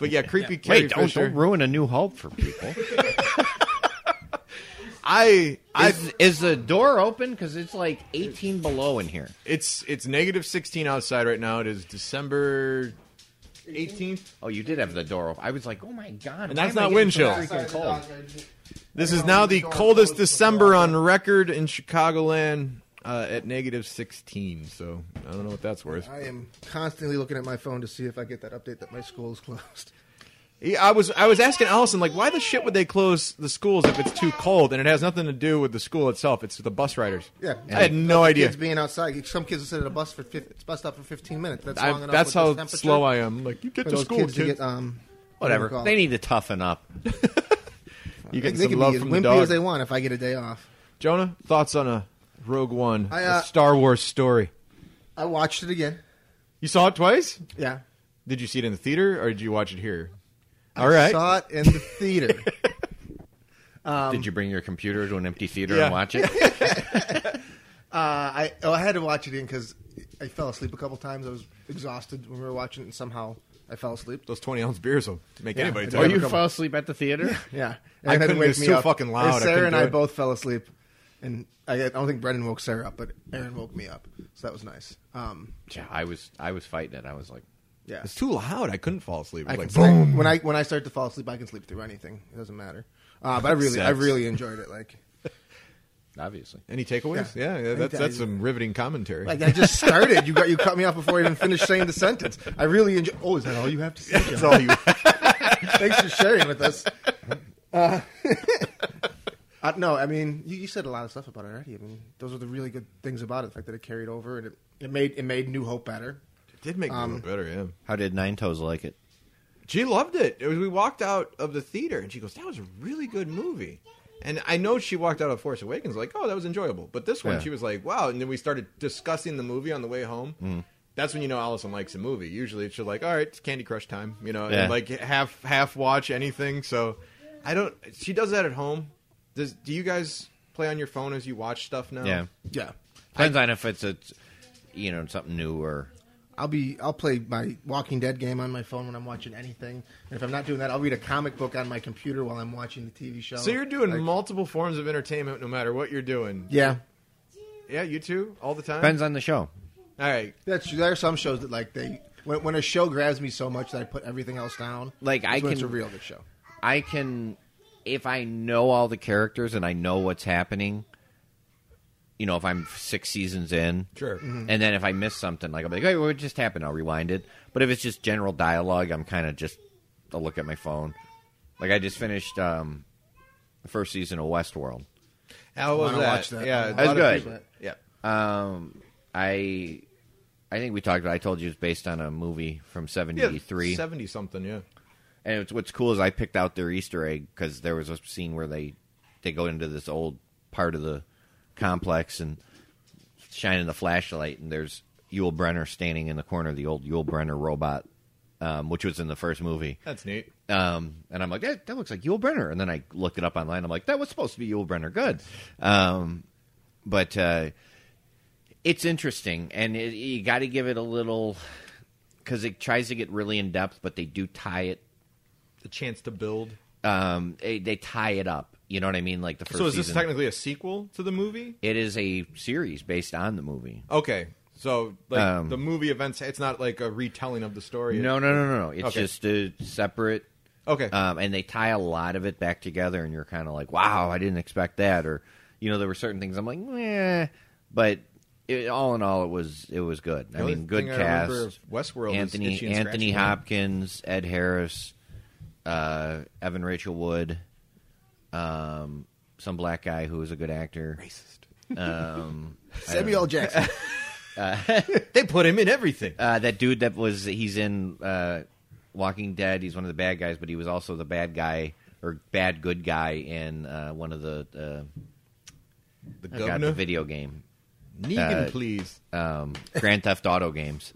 Speaker 1: But yeah, creepy. Carrie
Speaker 2: Wait, don't,
Speaker 1: Fisher.
Speaker 2: don't ruin a new hope for people.
Speaker 1: I, I,
Speaker 2: is, is the door open? Because it's like 18 below in here.
Speaker 1: it's it's negative sixteen outside right now. It is December eighteenth.
Speaker 2: Oh, you did have the door open. I was like, oh my god.
Speaker 1: And
Speaker 2: why
Speaker 1: that's
Speaker 2: am
Speaker 1: not
Speaker 2: I getting
Speaker 1: wind
Speaker 2: so
Speaker 1: chill.
Speaker 2: freaking cold?
Speaker 1: This is now the coldest December on record in Chicagoland uh, at negative sixteen. So I don't know what that's worth.
Speaker 4: I am constantly looking at my phone to see if I get that update that my school is closed.
Speaker 1: Yeah, I was I was asking Allison like, why the shit would they close the schools if it's too cold? And it has nothing to do with the school itself. It's the bus riders.
Speaker 4: Yeah.
Speaker 1: I had no idea.
Speaker 4: Kids being outside. Some kids will sit at a bus for fif- bus stop for fifteen minutes. That's
Speaker 1: I,
Speaker 4: long enough.
Speaker 1: that's
Speaker 4: with this
Speaker 1: how
Speaker 4: temperature
Speaker 1: slow I am. Like you get
Speaker 4: for
Speaker 1: to
Speaker 4: those
Speaker 1: school,
Speaker 4: kids
Speaker 1: kids.
Speaker 4: to get um
Speaker 2: Whatever. They
Speaker 4: They,
Speaker 2: need to toughen up.
Speaker 1: you get
Speaker 4: uh, they
Speaker 1: some
Speaker 4: can
Speaker 1: love
Speaker 4: be as
Speaker 1: from the
Speaker 4: wimpy
Speaker 1: dog.
Speaker 4: as they want if I get a day off.
Speaker 1: Jonah, thoughts on a Rogue One,
Speaker 4: I,
Speaker 1: a
Speaker 4: uh,
Speaker 1: Star Wars story?
Speaker 4: I watched it again.
Speaker 1: You saw it twice?
Speaker 4: Yeah.
Speaker 1: Did you see it in the theater or did you watch it here? All
Speaker 4: I
Speaker 1: right.
Speaker 4: saw it in the theater.
Speaker 2: did you bring your computer to an empty theater
Speaker 1: Yeah.
Speaker 2: and watch it?
Speaker 4: Uh, I oh, I had to watch it in because I fell asleep a couple times. I was exhausted when we were watching it, and somehow I fell asleep.
Speaker 1: Those twenty ounce beers will make
Speaker 4: Yeah,
Speaker 1: anybody
Speaker 4: I
Speaker 1: tired.
Speaker 4: did.
Speaker 1: You-
Speaker 4: fell
Speaker 2: asleep at the theater?
Speaker 4: Yeah,
Speaker 1: I
Speaker 4: it had to
Speaker 1: couldn't-
Speaker 4: wake
Speaker 1: it's
Speaker 4: me
Speaker 1: too
Speaker 4: up.
Speaker 1: fucking loud. I
Speaker 4: And Sarah
Speaker 1: couldn't
Speaker 4: and
Speaker 1: do
Speaker 4: I
Speaker 1: it.
Speaker 4: both fell asleep, and I, I don't think Brendan woke Sarah up, but Aaron woke me up, so that was nice. Um,
Speaker 2: Yeah, I was I was fighting it. I was like,
Speaker 4: yeah,
Speaker 1: It's too loud. I couldn't fall asleep. It
Speaker 4: I
Speaker 1: was
Speaker 4: can
Speaker 1: like
Speaker 4: sleep-
Speaker 1: boom.
Speaker 4: when I when I start to fall asleep, I can sleep through anything. It doesn't matter. Uh, but I really I
Speaker 2: Sucks.
Speaker 4: really enjoyed it. Like
Speaker 2: obviously.
Speaker 1: Any takeaways? Yeah, yeah,
Speaker 4: Yeah. I think
Speaker 1: that's
Speaker 4: that
Speaker 1: that's
Speaker 4: is-
Speaker 1: some riveting commentary.
Speaker 4: like I just started. You got you cut me off before I even finished saying the sentence. I really enjoy. Oh, is that all you have to say? John?
Speaker 1: That's all you.
Speaker 4: Thanks for sharing with us. Uh, uh, no, I mean you, you said a lot of stuff about it already. I mean those are the really good things about it. The fact that it carried over and it, it made it made New Hope better.
Speaker 1: It did make me
Speaker 4: Um,
Speaker 1: a little better. Yeah.
Speaker 2: How did Nine Toes like it?
Speaker 1: She loved it. It was- we walked out of the theater and she goes, "That was a really good movie." And I know she walked out of Force Awakens like, "Oh, that was enjoyable." But this one,
Speaker 2: Yeah.
Speaker 1: she was like, "Wow!" And then we started discussing the movie on the way home.
Speaker 2: Mm.
Speaker 1: That's when you know Allison likes a movie. Usually, she's like, "All right, it's Candy Crush time," you know,
Speaker 2: Yeah.
Speaker 1: and like half half watch anything. So I don't. She does that at home. Does do you guys play on your phone as you watch stuff now?
Speaker 2: Yeah.
Speaker 4: Yeah,
Speaker 2: Depends on if it's a, you know, something new or
Speaker 4: I'll be I'll play my Walking Dead game on my phone when I'm watching anything. And if I'm not doing that, I'll read a comic book on my computer while I'm watching the TV show.
Speaker 1: So you're doing
Speaker 4: Like,
Speaker 1: multiple forms of entertainment, no matter what you're doing.
Speaker 4: yeah.
Speaker 1: Yeah, you too, all the time.
Speaker 2: depends on the show.
Speaker 1: All right,
Speaker 4: That's true. There are some shows that like they when, when a show grabs me so much that I put everything else down.
Speaker 2: Like,
Speaker 4: that's
Speaker 2: I
Speaker 4: when it's a
Speaker 2: can-
Speaker 4: real good show.
Speaker 2: I can if I know all the characters and I know what's happening. you know, if I'm six seasons in.
Speaker 1: Sure.
Speaker 2: And then if I miss something, like I'll be like, hey, what just happened? I'll rewind it. But if it's just general dialogue, I'm kind of just, I'll look at my phone. Like I just finished um, the first season of Westworld.
Speaker 1: How was
Speaker 4: wanna
Speaker 1: that?
Speaker 4: watch that.
Speaker 1: Yeah,
Speaker 4: I
Speaker 1: a
Speaker 2: That's
Speaker 1: lot of people-
Speaker 2: good.
Speaker 1: Yeah.
Speaker 2: Um, I, I think we talked about. I told you it's based on a movie from '73.
Speaker 1: seventy something. Yeah.
Speaker 2: And it's, what's cool is I picked out their Easter egg because there was a scene where they they go into this old part of the complex and shining the flashlight, and there's Yul Brenner standing in the corner, the old Yul Brenner robot, um, which was in the first movie.
Speaker 1: That's neat.
Speaker 2: Um, and I'm like, that, that looks like Yul Brenner. And then I looked it up online. I'm like, that was supposed to be Yul Brenner. Good. Um, but uh, it's interesting. And it, you got to give it a little, because it tries to get really in depth, but they do tie it
Speaker 1: The chance to build.
Speaker 2: um, they, they tie it up. You know what I mean? Like the first
Speaker 1: So is this
Speaker 2: season.
Speaker 1: technically a sequel to the movie?
Speaker 2: it is a series based on the movie.
Speaker 1: Okay. So like
Speaker 2: Um,
Speaker 1: the movie events, it's not like a retelling of the story.
Speaker 2: No, no, no, no, no. It's
Speaker 1: Okay.
Speaker 2: just a separate,
Speaker 1: Okay.
Speaker 2: um, and they tie a lot of it back together, and you're kind of like, "Wow, I didn't expect that," or you know, there were certain things I'm like, "Meh," but it, all in all, it was it was good. I
Speaker 1: The only
Speaker 2: mean, good
Speaker 1: thing I remember
Speaker 2: cast.
Speaker 1: of Westworld. is
Speaker 2: Anthony
Speaker 1: Itchy and Scratchy
Speaker 2: Anthony
Speaker 1: Man.
Speaker 2: Hopkins, Ed Harris, uh, Evan Rachel Wood, um, some black guy who was a good actor. Racist. Um,
Speaker 4: Samuel Jackson.
Speaker 1: They put him in everything.
Speaker 2: uh, that dude that was he's in uh, Walking Dead. He's one of the bad guys, but he was also the bad guy or bad good guy in uh, one of the uh,
Speaker 1: the
Speaker 2: I forgot the
Speaker 1: governor.
Speaker 2: video game,
Speaker 1: Negan,
Speaker 2: uh,
Speaker 1: please.
Speaker 2: um, Grand Theft Auto games.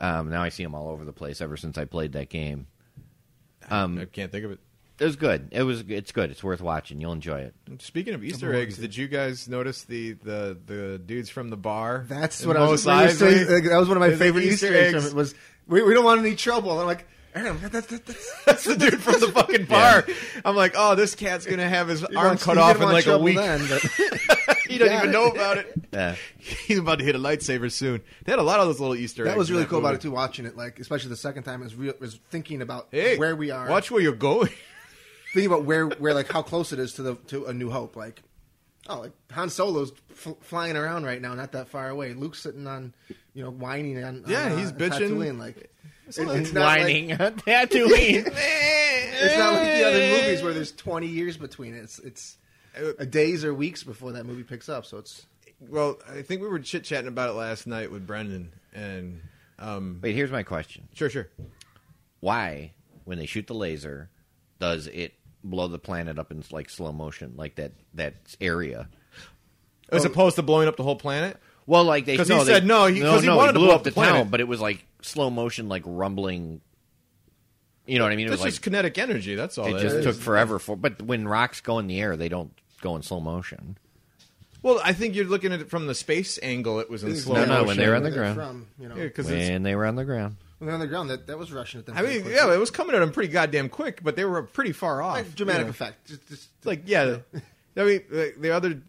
Speaker 2: Um, now I see him all over the place ever since I played that game. um,
Speaker 1: I can't think of it.
Speaker 2: It was good. It was it's good. It's worth watching. You'll enjoy it.
Speaker 1: Speaking of Easter eggs, did you guys notice the the, the dudes from the bar?
Speaker 4: That's
Speaker 1: And
Speaker 4: what I was.
Speaker 1: Mos
Speaker 4: when you were
Speaker 1: Eisley?
Speaker 4: saying- that was one of my
Speaker 1: There's an
Speaker 4: favorite Easter eggs. From it was we, we don't want any trouble. And I'm like, Aaron, that, that, that, that's
Speaker 1: That's the dude from the fucking bar. I'm like, oh, this cat's gonna have his
Speaker 4: you
Speaker 1: arm
Speaker 4: want-
Speaker 1: cut
Speaker 4: you
Speaker 1: off
Speaker 4: didn't
Speaker 1: in
Speaker 4: want
Speaker 1: like a
Speaker 4: trouble
Speaker 1: week.
Speaker 4: Then, but
Speaker 1: he doesn't
Speaker 4: Yeah.
Speaker 1: even know about it.
Speaker 2: Yeah.
Speaker 1: He's about to hit a lightsaber soon. They had a lot of those little Easter.
Speaker 4: that
Speaker 1: eggs
Speaker 4: was
Speaker 1: in
Speaker 4: really cool about
Speaker 1: movie.
Speaker 4: it too. Watching it, like especially the second time, is real was thinking about
Speaker 1: Hey,
Speaker 4: where we are.
Speaker 1: Watch where you're going.
Speaker 4: thinking about where where like how close it is to the to a New Hope. Like, oh, like Han Solo's f- flying around right now, not that far away. Luke's sitting on, you know, whining on.
Speaker 1: Yeah,
Speaker 4: on, uh,
Speaker 1: he's bitching.
Speaker 4: Tatooine, like, it- it's, not like-
Speaker 2: Whining Tatooine.
Speaker 4: it's not like the other movies where there's 20 years between it. It's it's a days or weeks before that movie picks up. So it's
Speaker 1: well, I think we were chit chatting about it last night with Brendan, and um,
Speaker 2: Wait, here's my question.
Speaker 1: sure, sure.
Speaker 2: why, when they shoot the laser, does it blow the planet up in like slow motion, like that that area?
Speaker 1: As
Speaker 4: Oh.
Speaker 1: opposed to blowing up the whole planet.
Speaker 2: Well, like they
Speaker 1: 'Cause he said
Speaker 2: they,
Speaker 1: no, he- 'cause he wanted to
Speaker 2: blew
Speaker 1: blow
Speaker 2: up
Speaker 1: up
Speaker 2: the,
Speaker 1: the
Speaker 2: town,
Speaker 1: planet.
Speaker 2: but it was like slow motion, like rumbling. You know what I mean? It
Speaker 1: That's
Speaker 2: was like
Speaker 1: just kinetic energy. That's all.
Speaker 2: it
Speaker 1: that
Speaker 2: just
Speaker 1: is.
Speaker 2: took forever for. But when rocks go in the air, they don't go in slow motion.
Speaker 1: Well, I think you're looking at it from the space angle. It was in slow
Speaker 2: no,
Speaker 1: motion.
Speaker 2: when they're on the
Speaker 4: where they're
Speaker 2: ground.
Speaker 4: from, you know,
Speaker 1: Yeah, 'cause it's-
Speaker 2: When they were on the ground,
Speaker 4: when they're on the ground, that, that was rushing at them.
Speaker 1: I
Speaker 4: pretty
Speaker 1: mean,
Speaker 4: quick.
Speaker 1: yeah, it was coming at them pretty goddamn quick, but they were pretty far off.
Speaker 4: Like, dramatic
Speaker 1: you know.
Speaker 4: effect. Just, just
Speaker 1: Like, yeah, I mean, the, the other,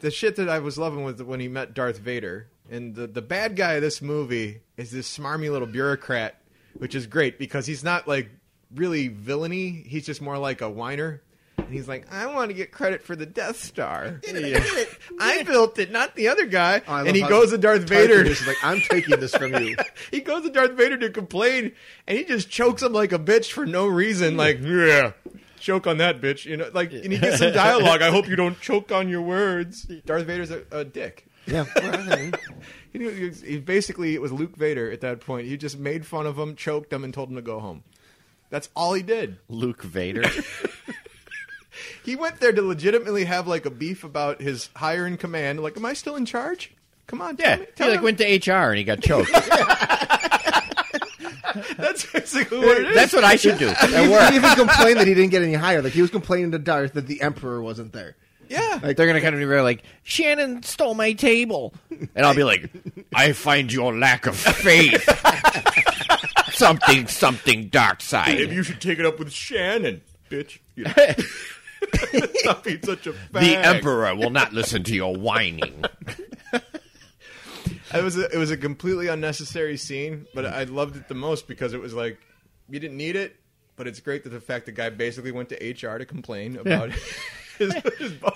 Speaker 1: the shit that I was loving with when he met Darth Vader, and the the bad guy of this movie is this smarmy little bureaucrat, which is great because he's not like really villainy. He's just more like a whiner. And he's like, I want to get credit for the Death Star. I built it, not the other guy.
Speaker 4: Oh, I love
Speaker 1: and he
Speaker 4: how
Speaker 1: goes to Darth Vader.
Speaker 4: Vader's like, I'm taking this from you.
Speaker 1: he goes to Darth Vader to complain, and he just chokes him like a bitch for no reason. Like, yeah, choke on that bitch, you know. Like, and he gets some dialogue. I hope you don't choke on your words. Darth Vader's a, a dick.
Speaker 4: yeah. Well, I mean,
Speaker 1: He, he, he basically it was Luke Vader at that point. He just made fun of him, choked him, and told him to go home. That's all he did.
Speaker 2: Luke Vader.
Speaker 1: He went there to legitimately have like a beef about his higher in command. Like, am I still in charge? Come on,
Speaker 2: yeah,
Speaker 1: tell me.
Speaker 2: he
Speaker 1: Tell
Speaker 2: like
Speaker 1: me-
Speaker 2: went to HR and he got choked.
Speaker 1: That's basically what it is.
Speaker 2: That's what I should do at
Speaker 4: he didn't
Speaker 2: work.
Speaker 4: even complain that he didn't get any higher. Like he was complaining to Darth that the Emperor wasn't there.
Speaker 1: yeah.
Speaker 2: Like they're gonna come to me and be like, Shannon stole my table, and I'll be like, I find your lack of faith. something, something dark
Speaker 1: Maybe
Speaker 2: side.
Speaker 1: you should take it up with Shannon, bitch. You know. Stop being such a fag.
Speaker 2: The emperor will not listen to your whining.
Speaker 1: It was a, it was a completely unnecessary scene, but I loved it the most because it was like you didn't need it, but it's great that the fact the guy basically went to HR to complain about his, his boss.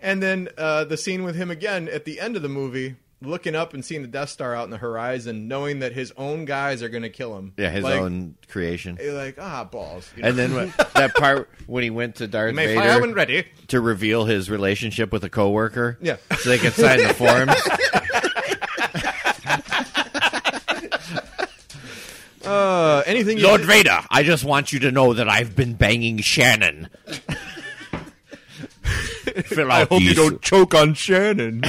Speaker 1: And then uh, the scene with him again at the end of the movie, looking up and seeing the Death Star out in the horizon, knowing that his own guys are going to kill him.
Speaker 2: Yeah, his
Speaker 1: Like,
Speaker 2: own creation.
Speaker 1: you're Like ah balls. You know?
Speaker 2: And then when- that part when he went to Darth
Speaker 1: may
Speaker 2: Vader
Speaker 1: fire when ready.
Speaker 2: to reveal his relationship with a coworker.
Speaker 1: Yeah.
Speaker 2: so they could sign the forms.
Speaker 1: Uh, anything you
Speaker 2: Lord Vader, I just want you to know that I've been banging Shannon. fill out these,
Speaker 1: choke on Shannon.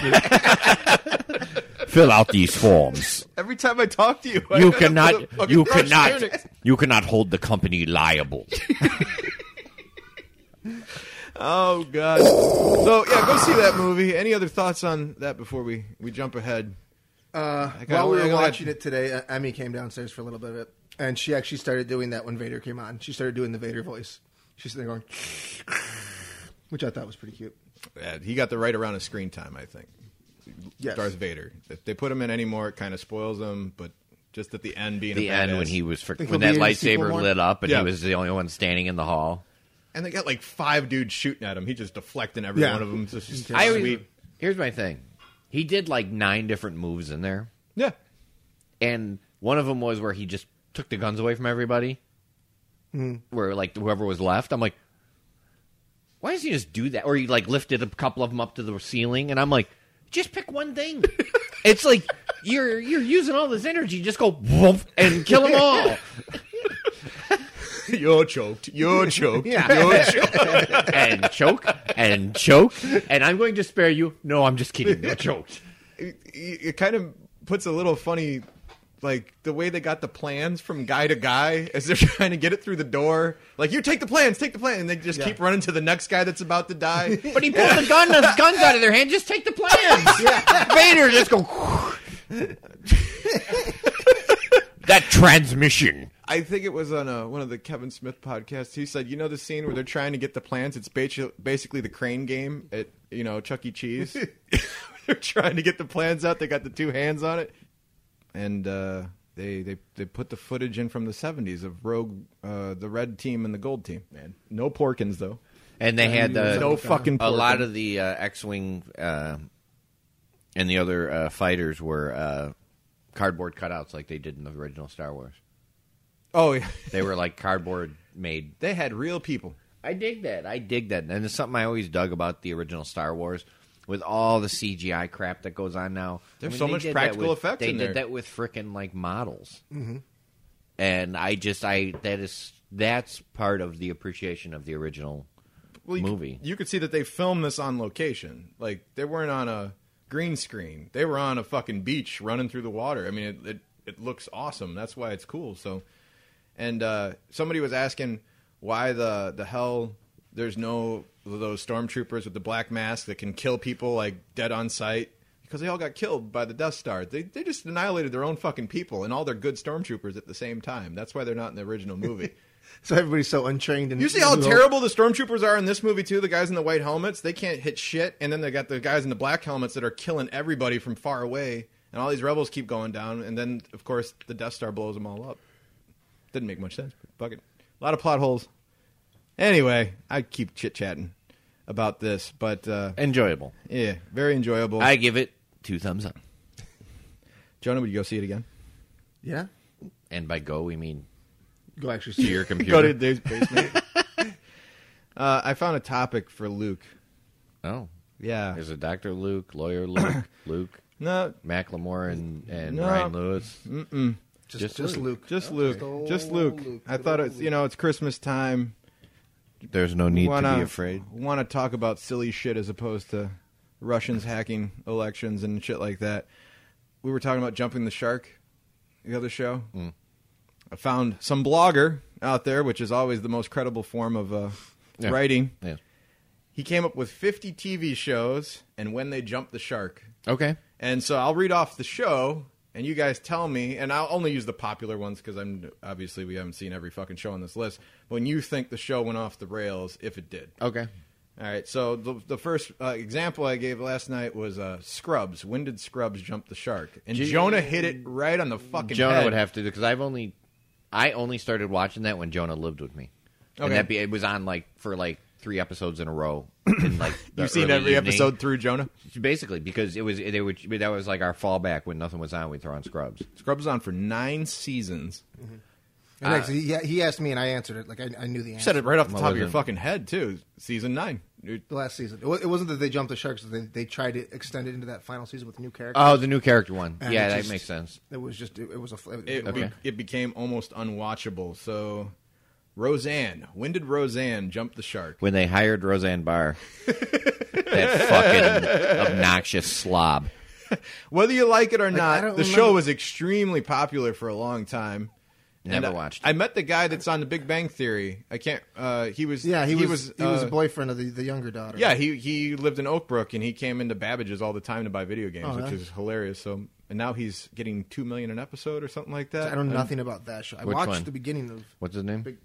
Speaker 2: fill out these forms.
Speaker 1: Every time I talk to you, I end up
Speaker 2: You
Speaker 1: with a
Speaker 2: cannot,
Speaker 1: fucking
Speaker 2: you
Speaker 1: crush
Speaker 2: cannot,
Speaker 1: Shannon.
Speaker 2: you cannot hold the company liable.
Speaker 1: Oh god. So yeah, go see that movie. Any other thoughts on that before we we jump ahead?
Speaker 4: Uh,
Speaker 1: got-
Speaker 4: while we
Speaker 1: oh, I
Speaker 4: were
Speaker 1: got-
Speaker 4: watching it today, uh, Emmy came downstairs for a little bit of it, and she actually started doing that when Vader came on. She started doing the Vader voice. She's there going, which I thought was pretty cute.
Speaker 1: Yeah, he got the right amount of screen time, I think.
Speaker 4: Yes.
Speaker 1: Darth Vader. If they put him in anymore, it kind of spoils him. But just at the end, being
Speaker 2: the
Speaker 1: a
Speaker 2: end
Speaker 1: badass.
Speaker 2: when he was for,
Speaker 4: Think
Speaker 2: when
Speaker 4: he'll
Speaker 2: that
Speaker 4: be in the sequel
Speaker 2: lightsaber
Speaker 4: one?
Speaker 2: lit up and
Speaker 1: Yeah.
Speaker 2: he was the only one standing in the hall.
Speaker 1: and they got like five dudes shooting at him. He just deflecting every
Speaker 4: Yeah.
Speaker 1: one of them. It's just
Speaker 2: I always-
Speaker 1: sweet.
Speaker 2: here's my thing. He did like nine different moves in there,
Speaker 1: Yeah,
Speaker 2: and one of them was where he just took the guns away from everybody. Where like whoever was left, I'm like, why does he just do that? Or he like lifted a couple of them up to the ceiling, and I'm like, just pick one thing. it's like you're you're using all this energy, just go whoomp and kill them all.
Speaker 1: you're choked. You're choked.
Speaker 4: Yeah.
Speaker 1: You're choked.
Speaker 2: and choke and choke. And I'm going to spare you. No, I'm just kidding. You're choked.
Speaker 1: it, it kind of puts a little funny like the way they got the plans from guy to guy as they're trying to get it through the door like you take the plans take the plan and they just keep running to the next guy that's about to die
Speaker 2: But he pulled the gun, the guns out of their hand. Just take the plans. Vader just go. that transmission.
Speaker 1: i think it was on uh one of the kevin smith podcasts he said you know the scene where they're trying to get the plans it's basi- basically the crane game at you know chuck e cheese they're trying to get the plans out they got the two hands on it and uh they, they, they put the footage in from the 70s of Rogue, uh, the red team and the gold team, man. No Porkins, though.
Speaker 2: And they had uh,
Speaker 1: no fucking
Speaker 2: a
Speaker 1: pork.
Speaker 2: lot of the uh, X-wing uh, and the other uh, fighters were uh, cardboard cutouts, like they did in the original Star Wars.
Speaker 1: oh yeah.
Speaker 2: They were like cardboard made
Speaker 1: they had real people
Speaker 2: I dig that. I dig that. And it's something I always dug about the original Star Wars with all the CGI crap that goes on now.
Speaker 1: There's
Speaker 2: I mean,
Speaker 1: so
Speaker 2: they
Speaker 1: much
Speaker 2: did that
Speaker 1: practical
Speaker 2: with-
Speaker 1: effects
Speaker 2: They
Speaker 1: in
Speaker 2: did
Speaker 1: there.
Speaker 2: that with frickin' like models. Mm-hmm. And I just, I, that is, that's part of the appreciation of the original
Speaker 1: you could-
Speaker 2: movie.
Speaker 1: you could see that they filmed this on location. Like they weren't on a green screen. They were on a fucking beach running through the water. I mean, it it, it looks awesome. That's why it's cool. So, and uh, somebody was asking why the the hell there's no those stormtroopers with the black mask that can kill people like dead on sight. Because they all got killed by the Death Star. They, they just annihilated their own fucking people and all their good stormtroopers at the same time. That's why they're not in the original movie.
Speaker 4: So everybody's so untrained. And
Speaker 1: You see how terrible the stormtroopers are in this movie too. The guys in the white helmets, they can't hit shit, and then they got the guys in the black helmets that are killing everybody from far away, and all these rebels keep going down, and then of course the Death Star blows them all up. Didn't make much sense, but fuck it. A lot of plot holes. Anyway, I keep chit chatting about this, but uh,
Speaker 2: Enjoyable.
Speaker 1: yeah, very enjoyable.
Speaker 2: I give it two thumbs up.
Speaker 1: Jonah, would you go see it again?
Speaker 4: Yeah.
Speaker 2: And by go, we mean
Speaker 4: Go actually
Speaker 2: to
Speaker 4: see
Speaker 2: your
Speaker 4: your.
Speaker 2: computer.
Speaker 1: Go to Dave's basement. uh, I found a topic for Luke.
Speaker 2: oh.
Speaker 1: Yeah,
Speaker 2: There's a Dr. Luke, Lawyer Luke, Luke,
Speaker 1: no,
Speaker 2: Macklemore, and, and
Speaker 1: No.
Speaker 2: Ryan Lewis.
Speaker 4: Just,
Speaker 2: Just
Speaker 4: just,
Speaker 2: Luke.
Speaker 4: Luke.
Speaker 1: Just Luke.
Speaker 4: old
Speaker 1: Just Luke.
Speaker 4: Luke.
Speaker 1: I
Speaker 4: Good
Speaker 1: thought
Speaker 4: old
Speaker 1: it's you know it's Christmas time.
Speaker 2: There's no need
Speaker 1: wanna,
Speaker 2: to be afraid.
Speaker 1: Want to talk about silly shit as opposed to Russians hacking elections and shit like that. We were talking about jumping the shark, the other show.
Speaker 2: Mm.
Speaker 1: I found some blogger out there, which is always the most credible form of uh,
Speaker 2: Yeah.
Speaker 1: writing.
Speaker 2: Yeah.
Speaker 1: He came up with 50 TV shows and when they jumped the shark.
Speaker 2: Okay.
Speaker 1: And so I'll read off the show, and you guys tell me, and I'll only use the popular ones because I'm obviously we haven't seen every fucking show on this list. When you think the show went off the rails, if it did.
Speaker 2: Okay.
Speaker 1: All right. So the the first uh, example I gave last night was uh, Scrubs. When did Scrubs jump the shark? And
Speaker 2: Gee.
Speaker 1: Jonah hit it right on the fucking.
Speaker 2: Jonah
Speaker 1: head.
Speaker 2: would have to do because I've only I only started watching that when Jonah lived with me.
Speaker 1: Okay.
Speaker 2: And that be, it was on like for like three episodes in a row. In like the
Speaker 1: You've seen
Speaker 2: early
Speaker 1: every
Speaker 2: evening.
Speaker 1: episode through Jonah.
Speaker 2: basically because it was they would that was like our fallback when nothing was on. We'd throw on Scrubs.
Speaker 1: Scrubs was on for nine seasons.
Speaker 4: And like, so he, he asked me and I answered it. Like I, I knew the
Speaker 1: You
Speaker 4: answer.
Speaker 1: Ah. said it right off the
Speaker 2: Well,
Speaker 1: top of your
Speaker 2: wasn't-
Speaker 1: fucking head too. Season nine. You're-
Speaker 4: the last season. It, wa- it wasn't that they jumped the sharks. They they tried to extend it into that final season with new characters.
Speaker 2: Oh, the new character one.
Speaker 4: And
Speaker 2: yeah,
Speaker 4: it
Speaker 2: that
Speaker 4: just-
Speaker 2: makes sense.
Speaker 4: It was just it, it was a. fl-
Speaker 1: It,
Speaker 4: was-
Speaker 1: be-
Speaker 2: Okay.
Speaker 1: it became almost unwatchable. So, Roseanne. When did Roseanne jump the shark?
Speaker 2: When they hired Roseanne Barr, that fucking obnoxious slob.
Speaker 1: Whether you like it or
Speaker 4: I
Speaker 1: not, the
Speaker 4: don't
Speaker 1: show
Speaker 4: remember-
Speaker 1: was extremely popular for a long time.
Speaker 2: Never
Speaker 1: And I-
Speaker 2: watched.
Speaker 1: I, met the guy that's on The Big Bang Theory. I can't. Uh, he was.
Speaker 4: Yeah, he, was, he was
Speaker 1: uh,
Speaker 4: a boyfriend of the, the younger daughter.
Speaker 1: Yeah, he he lived in Oakbrook and he came into Babbage's all the time to buy video games,
Speaker 4: Oh,
Speaker 1: which
Speaker 4: yeah.
Speaker 1: is hilarious. So and now he's getting two million an episode or something like that.
Speaker 4: I know nothing about that show. I
Speaker 2: Which
Speaker 4: watched
Speaker 2: one?
Speaker 4: the beginning of
Speaker 2: What's his name?
Speaker 4: Big.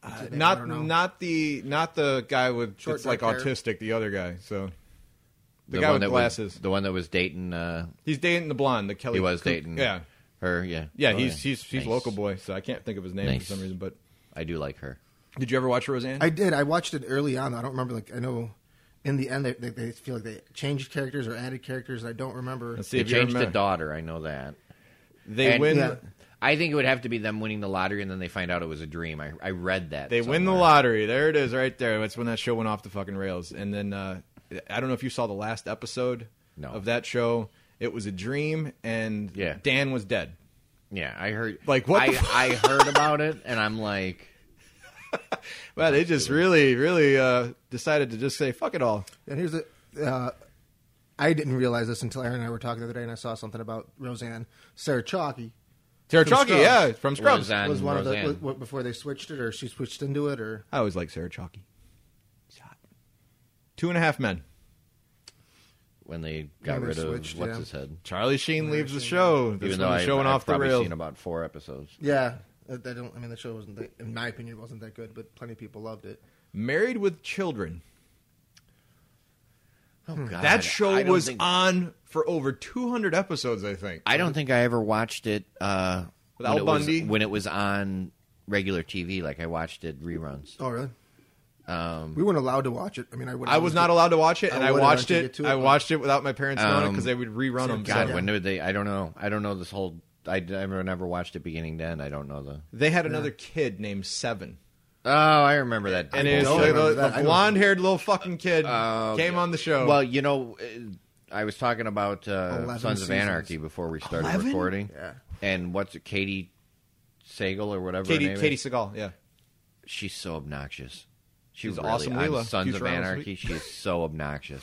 Speaker 4: what's his name? I
Speaker 1: Not
Speaker 4: don't know.
Speaker 1: not the not the guy with
Speaker 4: Short
Speaker 1: that's like
Speaker 4: dark hair.
Speaker 1: autistic, the other guy. So the, guy with
Speaker 2: that
Speaker 1: glasses.
Speaker 2: Was, the one that was dating. Uh,
Speaker 1: he's dating the blonde, the Kelly.
Speaker 2: he was
Speaker 1: Coop-
Speaker 2: dating.
Speaker 1: Yeah,
Speaker 2: her. Yeah.
Speaker 1: yeah.
Speaker 2: Oh,
Speaker 1: he's he's he's
Speaker 2: Nice.
Speaker 1: local boy, so I can't think of his name
Speaker 2: Nice.
Speaker 1: for some reason. But
Speaker 2: I do like her.
Speaker 1: did you ever watch Roseanne?
Speaker 4: I did. I watched it early on. I don't remember. Like I know, in the end, they, they, they feel like they changed characters or added characters. and I don't remember.
Speaker 1: Let's see
Speaker 2: They
Speaker 1: if you
Speaker 2: changed the
Speaker 1: remember.
Speaker 2: daughter. I know that.
Speaker 1: They
Speaker 2: And-
Speaker 1: win.
Speaker 4: Yeah.
Speaker 2: I think it would have to be them winning the lottery, and then they find out it was a dream. I, I read that.
Speaker 1: They win the
Speaker 2: somewhere.
Speaker 1: lottery. There it is, right there. That's when that show went off the fucking rails. And then uh, I don't know if you saw the last episode
Speaker 2: No.
Speaker 1: of that show. It was a dream, and
Speaker 2: Yeah.
Speaker 1: Dan was dead.
Speaker 2: Yeah, I heard.
Speaker 1: Like, what
Speaker 2: I,
Speaker 1: the fuck?
Speaker 2: I heard about it, and I'm like,
Speaker 1: Well, they just really, really uh, decided to just say fuck it all.
Speaker 4: And here's the. Uh, I didn't realize this until Aaron and I were talking the other day, and I saw something about Roseanne Sarah Chalky
Speaker 1: Sarah
Speaker 4: From
Speaker 1: Chalky,
Speaker 4: Scrubs.
Speaker 1: yeah, from Scrubs. uh,
Speaker 2: Roseanne. And
Speaker 4: was one of the
Speaker 2: Roseanne.
Speaker 4: was, what, before they switched it, or she switched into it, or
Speaker 1: I always like Sarah Chalky. She's hot. Two and a half men.
Speaker 2: when they got
Speaker 4: When they
Speaker 2: rid of
Speaker 4: switched,
Speaker 2: what's
Speaker 4: yeah.
Speaker 2: his head.
Speaker 1: Charlie Sheen leaves the show. This
Speaker 2: Even
Speaker 1: Even
Speaker 2: though
Speaker 1: the show went
Speaker 2: I,
Speaker 1: off
Speaker 2: have
Speaker 1: the
Speaker 2: probably
Speaker 1: rails.
Speaker 2: seen about four episodes.
Speaker 4: yeah. I I don't. I mean, the show wasn't. That, in my opinion, wasn't that good, but plenty of people loved it.
Speaker 1: Married with Children.
Speaker 2: Oh God,
Speaker 1: that show
Speaker 2: I don't
Speaker 1: was
Speaker 2: think-
Speaker 1: on for over 200 episodes, I think.
Speaker 2: I don't think I ever watched it uh,
Speaker 1: With
Speaker 2: when
Speaker 1: Al
Speaker 2: it was-
Speaker 1: Bundy?
Speaker 2: when it was on regular TV. Like I watched it reruns.
Speaker 4: Oh, really? we weren't allowed to watch it. I mean, I would.
Speaker 1: I was not allowed to watch it,
Speaker 4: I
Speaker 1: and I,
Speaker 4: would've
Speaker 1: watched
Speaker 4: until you
Speaker 1: it.
Speaker 4: get to it,
Speaker 1: I
Speaker 4: but-
Speaker 1: watched it without my parents knowing it
Speaker 2: Um,
Speaker 1: because they would rerun them.
Speaker 2: God,
Speaker 1: so.
Speaker 2: when did they? I don't know. I don't know this whole. I never never watched it beginning to end. I don't know the.
Speaker 1: They had another kid named Seven,
Speaker 2: Oh, I remember that.
Speaker 1: and it was
Speaker 4: don't
Speaker 1: like
Speaker 4: remember
Speaker 1: the,
Speaker 4: that. I don't-
Speaker 1: blonde-haired little fucking kid came on the show.
Speaker 2: Oh, Well, you know, uh, I was talking about uh,
Speaker 4: 11
Speaker 2: Sons of
Speaker 4: seasons.
Speaker 2: Anarchy before we started
Speaker 1: 11?
Speaker 2: recording.
Speaker 4: Yeah.
Speaker 2: And what's it, Katie Sagal or whatever her
Speaker 1: Katie
Speaker 2: name
Speaker 1: Katie
Speaker 2: is?
Speaker 1: Seagal, yeah,
Speaker 2: She's so obnoxious. She
Speaker 1: She's
Speaker 2: really,
Speaker 1: awesome
Speaker 2: on
Speaker 1: Leela,
Speaker 2: Sons of
Speaker 1: Futurama
Speaker 2: Anarchy, she's so obnoxious.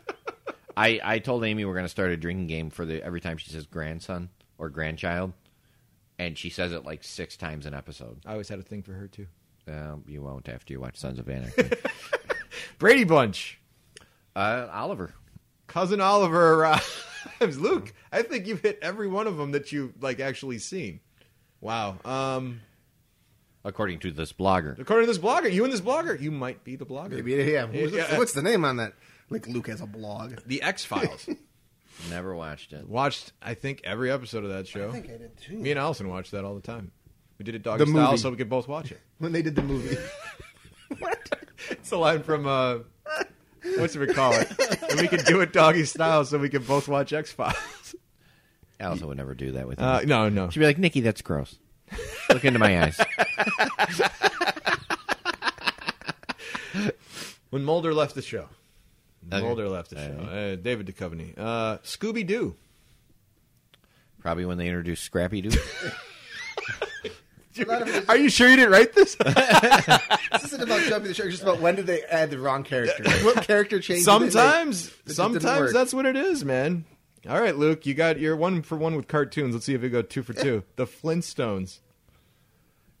Speaker 2: I I told Amy we're going to start a drinking game for the every time she says grandson or grandchild, and she says it like six times an episode.
Speaker 1: I always had a thing for her too.
Speaker 2: Um, you won't after you watch Sons of Anarchy.
Speaker 1: Brady Bunch,
Speaker 2: uh, Oliver.
Speaker 1: cousin Oliver arrives. Luke, I think you've hit every one of them that you like actually seen. Wow. Um,
Speaker 2: According to this blogger,
Speaker 1: according to this blogger, you and this blogger, you might be the blogger.
Speaker 4: Maybe, yeah.
Speaker 1: Yeah,
Speaker 4: Who's-
Speaker 1: yeah.
Speaker 4: What's the name on that? Like Luke has a blog.
Speaker 1: The X Files.
Speaker 2: never watched it.
Speaker 1: Watched, I think, every episode of that show.
Speaker 4: I did too.
Speaker 1: Me and Allison watched that all the time. We did it
Speaker 4: The
Speaker 1: doggy style
Speaker 4: movie.
Speaker 1: so we could both watch it.
Speaker 4: when they did the movie.
Speaker 1: It's a line from uh what's it called? and we could do it doggy style so we could both watch X Files.
Speaker 2: I also would never do that with.
Speaker 1: Uh,
Speaker 2: you.
Speaker 1: no, no.
Speaker 2: She'd be like, Nikki, that's gross. Look into my eyes.
Speaker 1: When Mulder left the show. When
Speaker 2: Okay.
Speaker 1: Mulder left the
Speaker 2: All
Speaker 1: show. Uh, David Duchovny. Uh, Scooby Doo.
Speaker 2: Probably when they introduced Scrappy Doo.
Speaker 1: Are you sure you didn't write this?
Speaker 4: this isn't about jumping the shark. It's just about when did they add the wrong character? what character change? did they make?
Speaker 1: sometimes,
Speaker 4: didn't
Speaker 1: sometimes
Speaker 4: work.
Speaker 1: that's what it is, man. All right, Luke, you got your one for one with cartoons. Let's see if we go two for two. The Flintstones.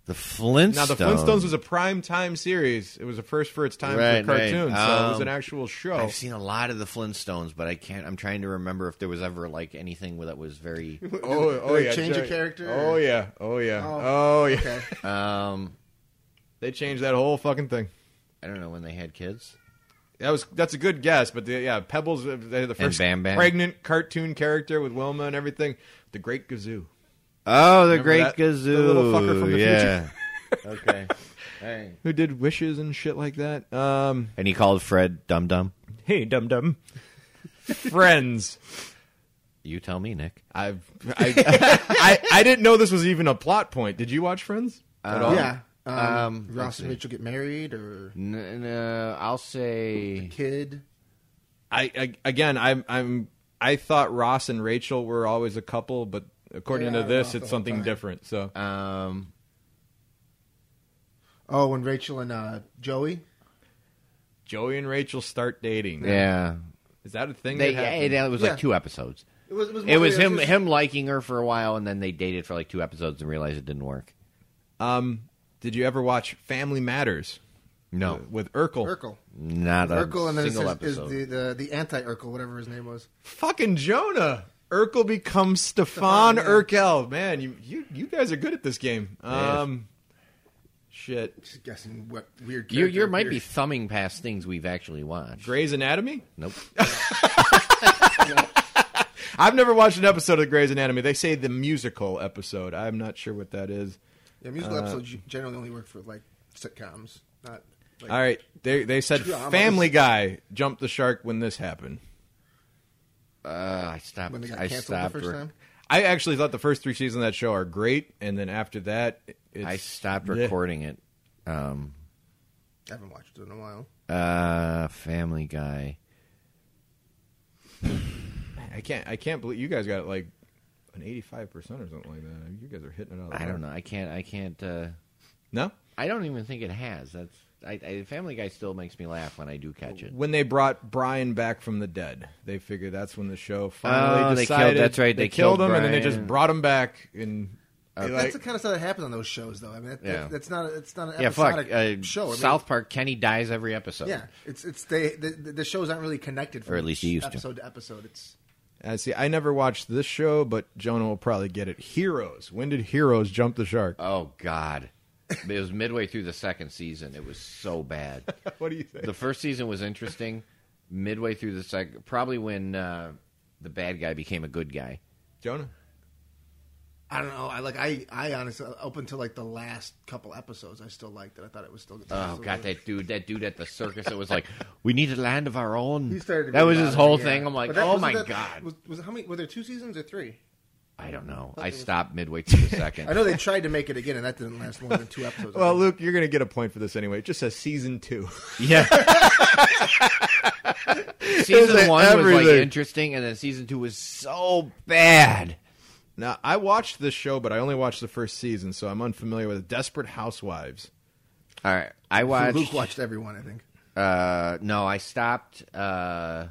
Speaker 2: the Flintstones.
Speaker 1: Now, the Flintstones was a prime time series. It was a first for its time
Speaker 2: Right,
Speaker 1: for
Speaker 2: right.
Speaker 1: cartoons, so it was
Speaker 2: Um,
Speaker 1: an actual show.
Speaker 2: I've seen a lot of the Flintstones, but I can't. I'm trying to remember if there was ever like anything that was very.
Speaker 1: Oh, oh
Speaker 4: they
Speaker 1: yeah.
Speaker 4: change a
Speaker 1: Jerry-
Speaker 4: character?
Speaker 1: Oh yeah. Oh yeah. Oh,
Speaker 4: Oh,
Speaker 1: yeah.
Speaker 4: Okay.
Speaker 2: Um,
Speaker 1: They changed that whole fucking thing.
Speaker 2: I don't know when they had kids.
Speaker 1: That was that's a good guess, but the, yeah, Pebbles uh, they had the first
Speaker 2: Bam Bam.
Speaker 1: pregnant cartoon character with Wilma and everything. The Great Gazoo.
Speaker 2: Oh, the
Speaker 1: Remember Great that- the
Speaker 2: Gazoo.
Speaker 1: little fucker from the
Speaker 2: yeah. okay. Hey.
Speaker 1: who did wishes and shit like that. Um,
Speaker 2: And he called Fred Dum Dum.
Speaker 1: hey, dum dum, friends.
Speaker 2: You tell me, Nick.
Speaker 1: I've, I, I I didn't know this was even a plot point. Did you watch Friends? At all?
Speaker 4: yeah. Um,
Speaker 2: um, let's
Speaker 4: Ross and
Speaker 2: see.
Speaker 4: Rachel get married or
Speaker 2: N- n- uh, I'll say
Speaker 4: kid.
Speaker 1: I, I again, I'm I'm I thought Ross and Rachel were always a couple, but according
Speaker 4: They
Speaker 1: to
Speaker 4: are
Speaker 1: this,
Speaker 4: about the
Speaker 1: it's
Speaker 4: whole
Speaker 1: something
Speaker 4: time.
Speaker 1: different. So
Speaker 2: um,
Speaker 4: Oh, when Rachel and uh, Joey.
Speaker 1: Joey and Rachel start dating.
Speaker 2: yeah.
Speaker 1: Is that a thing?
Speaker 2: They,
Speaker 1: that
Speaker 2: it,
Speaker 1: happened?
Speaker 2: it was
Speaker 4: Yeah.
Speaker 2: like two episodes.
Speaker 4: It was. It was,
Speaker 2: It was him
Speaker 4: just-
Speaker 2: him liking her for a while, and then they dated for like two episodes and realized it didn't work.
Speaker 1: Did you ever watch Family Matters?
Speaker 2: No,
Speaker 1: with Urkel.
Speaker 4: Urkel.
Speaker 2: not a
Speaker 4: Urkel, and then it's
Speaker 2: single
Speaker 4: his, is
Speaker 2: episode.
Speaker 4: the, the the anti Urkel, whatever his name was.
Speaker 1: Fucking Jonah. Urkel becomes Stefan
Speaker 4: Stefan, yeah.
Speaker 1: Urkel. Man, you, you you guys are good at this game. Um, shit.
Speaker 4: Just guessing what weird.
Speaker 2: you you
Speaker 4: character
Speaker 2: might be
Speaker 4: appeared.
Speaker 2: thumbing past things we've actually watched.
Speaker 1: Grey's Anatomy.
Speaker 2: Nope.
Speaker 1: I've never watched an episode of Grey's Anatomy. They say the musical episode. I'm not sure what that is.
Speaker 4: Yeah, musical
Speaker 2: Uh,
Speaker 4: episodes g- generally only work for like sitcoms, not. Like,
Speaker 1: All right, they they said
Speaker 4: Dramas.
Speaker 1: Family Guy jumped the shark when this happened.
Speaker 2: Uh, I stopped.
Speaker 4: When they got
Speaker 2: I
Speaker 4: canceled the
Speaker 2: stopped.
Speaker 4: first
Speaker 2: rec-
Speaker 4: time.
Speaker 1: I actually thought the first three seasons of that show are great, and then after that, it's,
Speaker 2: I stopped
Speaker 1: bleh.
Speaker 2: recording it. Um,
Speaker 4: I haven't watched it in a while.
Speaker 2: uh, Family Guy.
Speaker 1: I can't. I can't believe you guys got like an 85 percent or something like that. You guys are hitting it out. Of the
Speaker 2: I
Speaker 1: park.
Speaker 2: don't know. I can't. I can't. Uh,
Speaker 1: No.
Speaker 2: I don't even think it has. That's. I, I, Family Guy still makes me laugh when I do catch it.
Speaker 1: when they brought Brian back from the dead, they figured that's when the show
Speaker 2: Oh,
Speaker 1: finally
Speaker 2: they
Speaker 1: decided.
Speaker 2: killed- that's right,
Speaker 1: They,
Speaker 2: they
Speaker 1: killed,
Speaker 2: killed
Speaker 1: him, and then they just
Speaker 2: Brian.
Speaker 1: brought him back. And they like,
Speaker 4: that's the kind of stuff that happens on those shows, though. I mean, that, that-
Speaker 2: Uh, Yeah.
Speaker 4: that's not. a- It's not an
Speaker 2: Yeah, fuck.
Speaker 4: episodic
Speaker 2: Uh,
Speaker 4: show. I mean,
Speaker 2: South Park. Kenny dies every episode.
Speaker 4: Yeah, it's it's they the, the shows aren't really connected from
Speaker 2: Or at least
Speaker 4: each
Speaker 2: they used to.
Speaker 4: episode to. episode. It's
Speaker 1: I Uh, see. I never watched this show, but Jonah will probably get it. Heroes. When did Heroes jump the shark?
Speaker 2: Oh God. it was midway through the second season. It was so bad.
Speaker 1: what do you think?
Speaker 2: the first season was interesting. Midway through the second, probably when uh, the bad guy became a good guy.
Speaker 1: Jonah.
Speaker 4: I don't know. I like I I honestly up until like the last couple episodes, I still liked it. I thought it was still good.
Speaker 2: Oh god, that dude! That dude at the circus. It was like we need a land of our own.
Speaker 4: He started. to
Speaker 2: that
Speaker 4: be
Speaker 2: was
Speaker 4: about
Speaker 2: his
Speaker 4: it,
Speaker 2: whole
Speaker 4: yeah.
Speaker 2: thing. I'm like,
Speaker 4: But that-
Speaker 2: oh
Speaker 4: wasn't
Speaker 2: my
Speaker 4: that-
Speaker 2: god!
Speaker 4: Was, was how many? Were there two seasons or three?
Speaker 2: I don't know. I stopped midway through the second.
Speaker 4: I know they tried to make it again, and that didn't last more than two episodes. I
Speaker 1: Well,
Speaker 4: think.
Speaker 1: Luke, you're going to get a point for this anyway. It just says season two.
Speaker 2: Yeah.
Speaker 1: It's
Speaker 2: season one was like
Speaker 1: everything.
Speaker 2: interesting, and then season two was so bad.
Speaker 1: now, I watched this show, but I only watched the first season, so I'm unfamiliar with it. Desperate Housewives.
Speaker 2: All right, I watched.
Speaker 4: Luke watched everyone. I think.
Speaker 2: Uh, no, I stopped. Uh,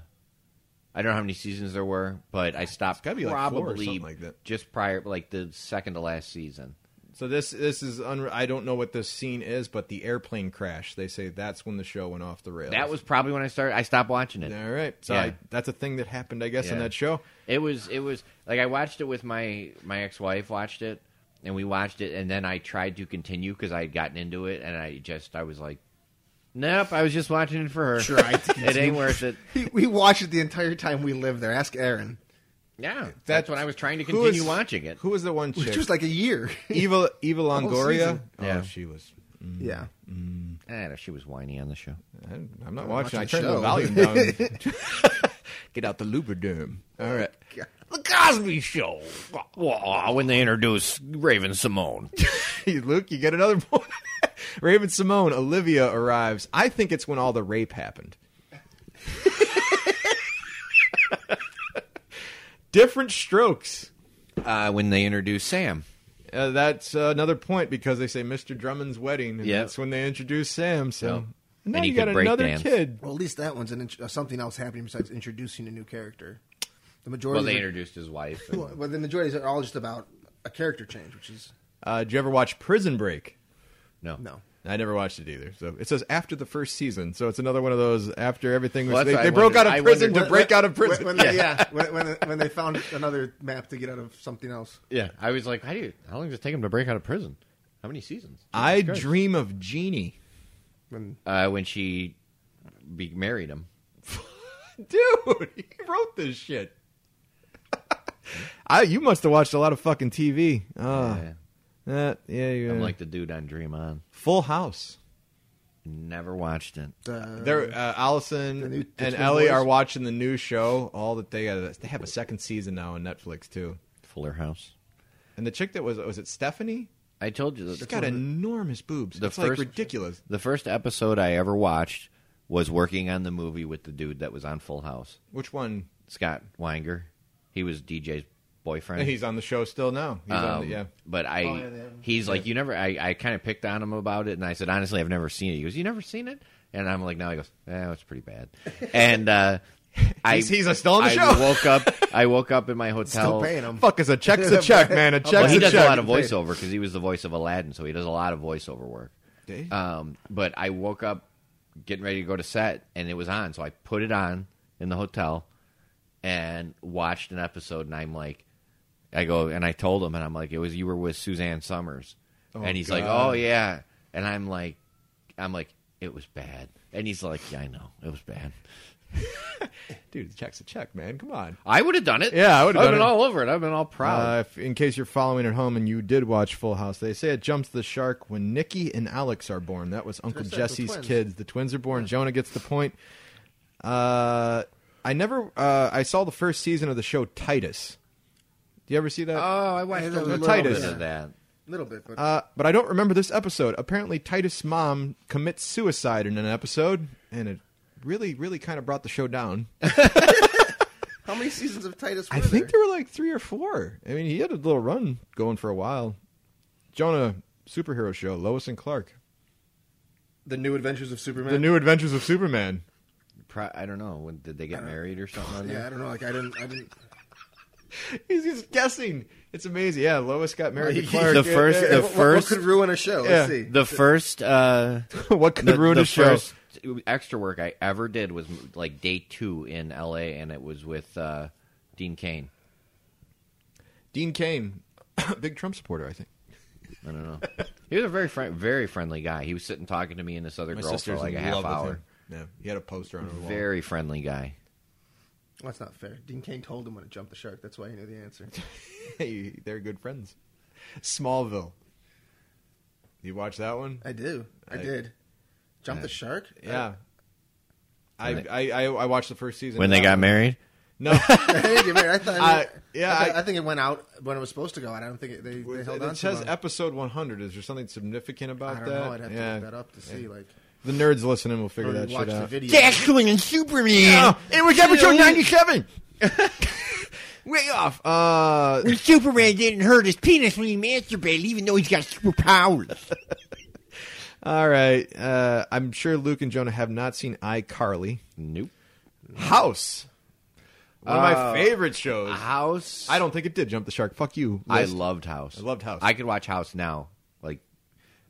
Speaker 2: I don't know how many seasons there were, but I stopped
Speaker 1: gotta be like four or
Speaker 2: probably
Speaker 1: something like that.
Speaker 2: just prior, like the second to last season.
Speaker 1: So this this is unre- I don't know what this scene is, but the airplane crash. They say that's when the show went off the rails.
Speaker 2: That was probably when I started. I stopped watching it.
Speaker 1: all right. So
Speaker 2: Yeah.
Speaker 1: I, that's a thing that happened, I guess, on
Speaker 2: Yeah.
Speaker 1: that show.
Speaker 2: It was it was like I watched it with my my ex wife watched it and we watched it and then I tried to continue because I had gotten into it and I just I was like, nope, I was just watching it for her.
Speaker 4: Sure, I
Speaker 2: it ain't worth it.
Speaker 4: He, we watched it the entire time we lived there. Ask Aaron.
Speaker 2: Yeah, that's,
Speaker 1: That's-
Speaker 2: when I was trying to
Speaker 1: who
Speaker 2: continue
Speaker 1: is-
Speaker 2: watching it.
Speaker 1: Who was the one
Speaker 4: Which
Speaker 1: chick?
Speaker 4: was like a year.
Speaker 1: Eva Eva Longoria.
Speaker 4: season.
Speaker 1: Oh,
Speaker 2: Yeah.
Speaker 1: she was.
Speaker 4: yeah.
Speaker 2: I don't know, Eh, she was whiny on the show.
Speaker 1: I'm I'm not
Speaker 4: I'm
Speaker 1: watching.
Speaker 4: watching
Speaker 1: I
Speaker 4: the
Speaker 1: turned the
Speaker 4: show.
Speaker 1: volume down. Get out the lubriderm. All right.
Speaker 2: The Cosby Show. when they introduced Raven Simone.
Speaker 1: Hey, Luke, you get another point. Raven Simone, Olivia arrives. I think it's when all the rape happened. Different strokes.
Speaker 2: Uh, when they introduced Sam.
Speaker 1: Uh, that's uh, another point because they say Mr. Drummond's wedding, and
Speaker 2: Yep.
Speaker 1: that's when they introduce Sam. So
Speaker 2: Yep.
Speaker 1: and now
Speaker 2: And he
Speaker 1: you got
Speaker 2: could break
Speaker 1: another
Speaker 2: dance.
Speaker 1: kid.
Speaker 4: Well, at least that one's an int- uh, something else happening besides introducing a new character. The majority.
Speaker 2: Well, they
Speaker 4: are,
Speaker 2: introduced his wife. and-
Speaker 4: well, the majorities are all just about a character change, which is
Speaker 1: Uh, did you ever watch Prison Break?
Speaker 2: no,
Speaker 4: no.
Speaker 1: I never watched it either. So it says after the first season. So it's another one of those after everything was
Speaker 2: Well,
Speaker 1: they,
Speaker 2: that's
Speaker 1: they
Speaker 2: what I
Speaker 1: broke out of
Speaker 2: wondered. I
Speaker 1: prison
Speaker 2: wondered-
Speaker 1: to break out of prison.
Speaker 4: When, when they, yeah, when, when, when they found another map to get out of something else.
Speaker 2: Yeah, I was like, how do you? How long does it take him to break out of prison? How many seasons?
Speaker 1: I
Speaker 2: Jesus Christ.
Speaker 1: dream of Jeannie.
Speaker 4: When
Speaker 2: uh, when she be married him.
Speaker 1: dude he wrote this shit I, you must have watched a lot of fucking tv uh,
Speaker 2: Yeah.
Speaker 1: that- yeah, yeah.
Speaker 2: I'm like the dude on Dream On.
Speaker 1: full house
Speaker 2: Never watched it.
Speaker 4: The,
Speaker 1: They're uh, Allison
Speaker 4: The new
Speaker 1: and
Speaker 4: Dixman
Speaker 1: Ellie
Speaker 4: Boys?
Speaker 1: are watching the new show. All that they got, they have a second season now on Netflix too.
Speaker 2: Fuller House.
Speaker 1: And the chick that was was it Stephanie?
Speaker 2: I told you
Speaker 1: She's
Speaker 2: that
Speaker 1: got enormous boobs.
Speaker 2: The
Speaker 1: it's like
Speaker 2: first-
Speaker 1: ridiculous.
Speaker 2: the first episode I ever watched was working on the movie with the dude that was on Full House,
Speaker 1: Which one?
Speaker 2: Scott Weinger. He was DJ's boyfriend.
Speaker 1: He's on the show still now. He's on
Speaker 2: Um,
Speaker 1: the, yeah.
Speaker 2: But I,
Speaker 4: Oh, yeah, they haven't-
Speaker 2: he's like, you never. I, I kind of picked on him about it, and I said, honestly, I've never seen it. He goes, you never seen it? And I'm like, no. He goes, eh, it's pretty bad. And uh, I,
Speaker 1: He's- he's still on the
Speaker 2: I
Speaker 1: show.
Speaker 2: woke up. I woke up in my hotel.
Speaker 4: still paying them.
Speaker 1: Fuck is a check's a check, man. A check's
Speaker 2: well, Oh, he
Speaker 1: a
Speaker 2: does
Speaker 1: check.
Speaker 2: a lot of voiceover because he was the voice of Aladdin, so he does a lot of voiceover work.
Speaker 1: Dave?
Speaker 2: Um, but I woke up getting ready to go to set, and it was on, so I put it on in the hotel and watched an episode, and I'm like, I go and I told him, and I'm like, it was you were with Suzanne Summers,
Speaker 1: Oh,
Speaker 2: and he's like,
Speaker 1: God.
Speaker 2: oh yeah, and I'm like, I'm like, it was bad, and he's like, yeah, I know, it was bad.
Speaker 1: Dude, the check's a check, man. Come on.
Speaker 2: I would have done it.
Speaker 1: Yeah, I would've
Speaker 2: I've
Speaker 1: done
Speaker 2: been
Speaker 1: it.
Speaker 2: all over it. I've been all proud.
Speaker 1: Uh, if, in case you're following at home and you did watch Full House, they say it jumps the shark when Nikki and Alex are born. That was Uncle
Speaker 4: They're set, the
Speaker 1: Jesse's
Speaker 4: twins.
Speaker 1: kids. The twins are born. Jonah gets the point. Uh, I never. Uh, I saw the first season of the show Titus. Do you ever see that?
Speaker 2: oh, I watched
Speaker 4: Yeah,
Speaker 2: a
Speaker 4: that was
Speaker 2: little
Speaker 1: Titus.
Speaker 2: bit of that.
Speaker 4: little bit, but
Speaker 1: Uh, but I don't remember this episode. Apparently, Titus' mom commits suicide in an episode, and it really, really kind of brought the show down.
Speaker 4: how many seasons of Titus? Were
Speaker 1: I think
Speaker 4: there?
Speaker 1: there were like three or four. I mean, he had a little run going for a while. Jonah, superhero show, Lois and Clark,
Speaker 4: the New Adventures of Superman.
Speaker 1: The New Adventures of Superman.
Speaker 2: Pro- I don't know. When, did they get married or something? on
Speaker 4: yeah, I
Speaker 2: there?
Speaker 4: don't know. Like I didn't, I didn't.
Speaker 1: He's just guessing. It's amazing. Yeah, Lois got married to
Speaker 4: The
Speaker 1: Clark. Yeah,
Speaker 2: first-
Speaker 1: yeah,
Speaker 2: the
Speaker 1: yeah.
Speaker 4: what, what
Speaker 2: first-
Speaker 4: could ruin a show?
Speaker 1: Yeah.
Speaker 4: Let's see.
Speaker 2: The first, uh,
Speaker 1: what could ruin a show?
Speaker 2: first extra work I ever did was like day two in L.A. and it was with uh, Dean Kane.
Speaker 1: Dean Kane, big Trump supporter, I think.
Speaker 2: I don't know. he was a very friend, very friendly guy. He was sitting talking to me and this other
Speaker 1: My
Speaker 2: girl for
Speaker 1: sister's
Speaker 2: like
Speaker 1: in
Speaker 2: a half
Speaker 1: love with
Speaker 2: hour.
Speaker 1: him. Yeah, he had a poster on her wall.
Speaker 2: Very friendly guy.
Speaker 4: That's not fair. Dean Kane told him when to jump the shark. That's why he knew the answer.
Speaker 1: Hey, they're good friends. Smallville. You watch that
Speaker 2: Uh,
Speaker 1: one?
Speaker 4: I do. I,
Speaker 1: I-
Speaker 4: did. Jump the shark?
Speaker 1: Yeah. I,
Speaker 2: When they-
Speaker 1: I, I, I watched the first season. Uh,
Speaker 2: When they got married,
Speaker 1: No.
Speaker 4: I, think it- I thought.
Speaker 1: I- yeah,
Speaker 4: I, thought-
Speaker 1: I-
Speaker 4: I think it went out when it was supposed to go out. I don't think it, they, they
Speaker 1: It,
Speaker 4: held on to
Speaker 1: says
Speaker 4: it.
Speaker 1: episode 100. Is there something significant
Speaker 4: I
Speaker 1: about
Speaker 4: don't
Speaker 1: that?
Speaker 4: know. I'd have
Speaker 1: yeah.
Speaker 4: to look that up to see. Like,
Speaker 1: The nerds listening will
Speaker 4: or
Speaker 1: figure that
Speaker 4: watch
Speaker 1: shit
Speaker 4: the
Speaker 1: out.
Speaker 4: video.
Speaker 2: Jacqueline and Superman.
Speaker 1: it was episode 97. Way off. Uh,
Speaker 2: Superman didn't hurt his penis when he masturbated, even though he's got superpowers.
Speaker 1: all right. Uh, I'm sure Luke and Jonah have not seen iCarly.
Speaker 2: nope.
Speaker 1: House. One of my favorite shows.
Speaker 2: House.
Speaker 1: I don't think it did jump the shark. Fuck you.
Speaker 2: I
Speaker 1: Liz.
Speaker 2: loved House.
Speaker 1: I loved House.
Speaker 2: I could watch House now. Like,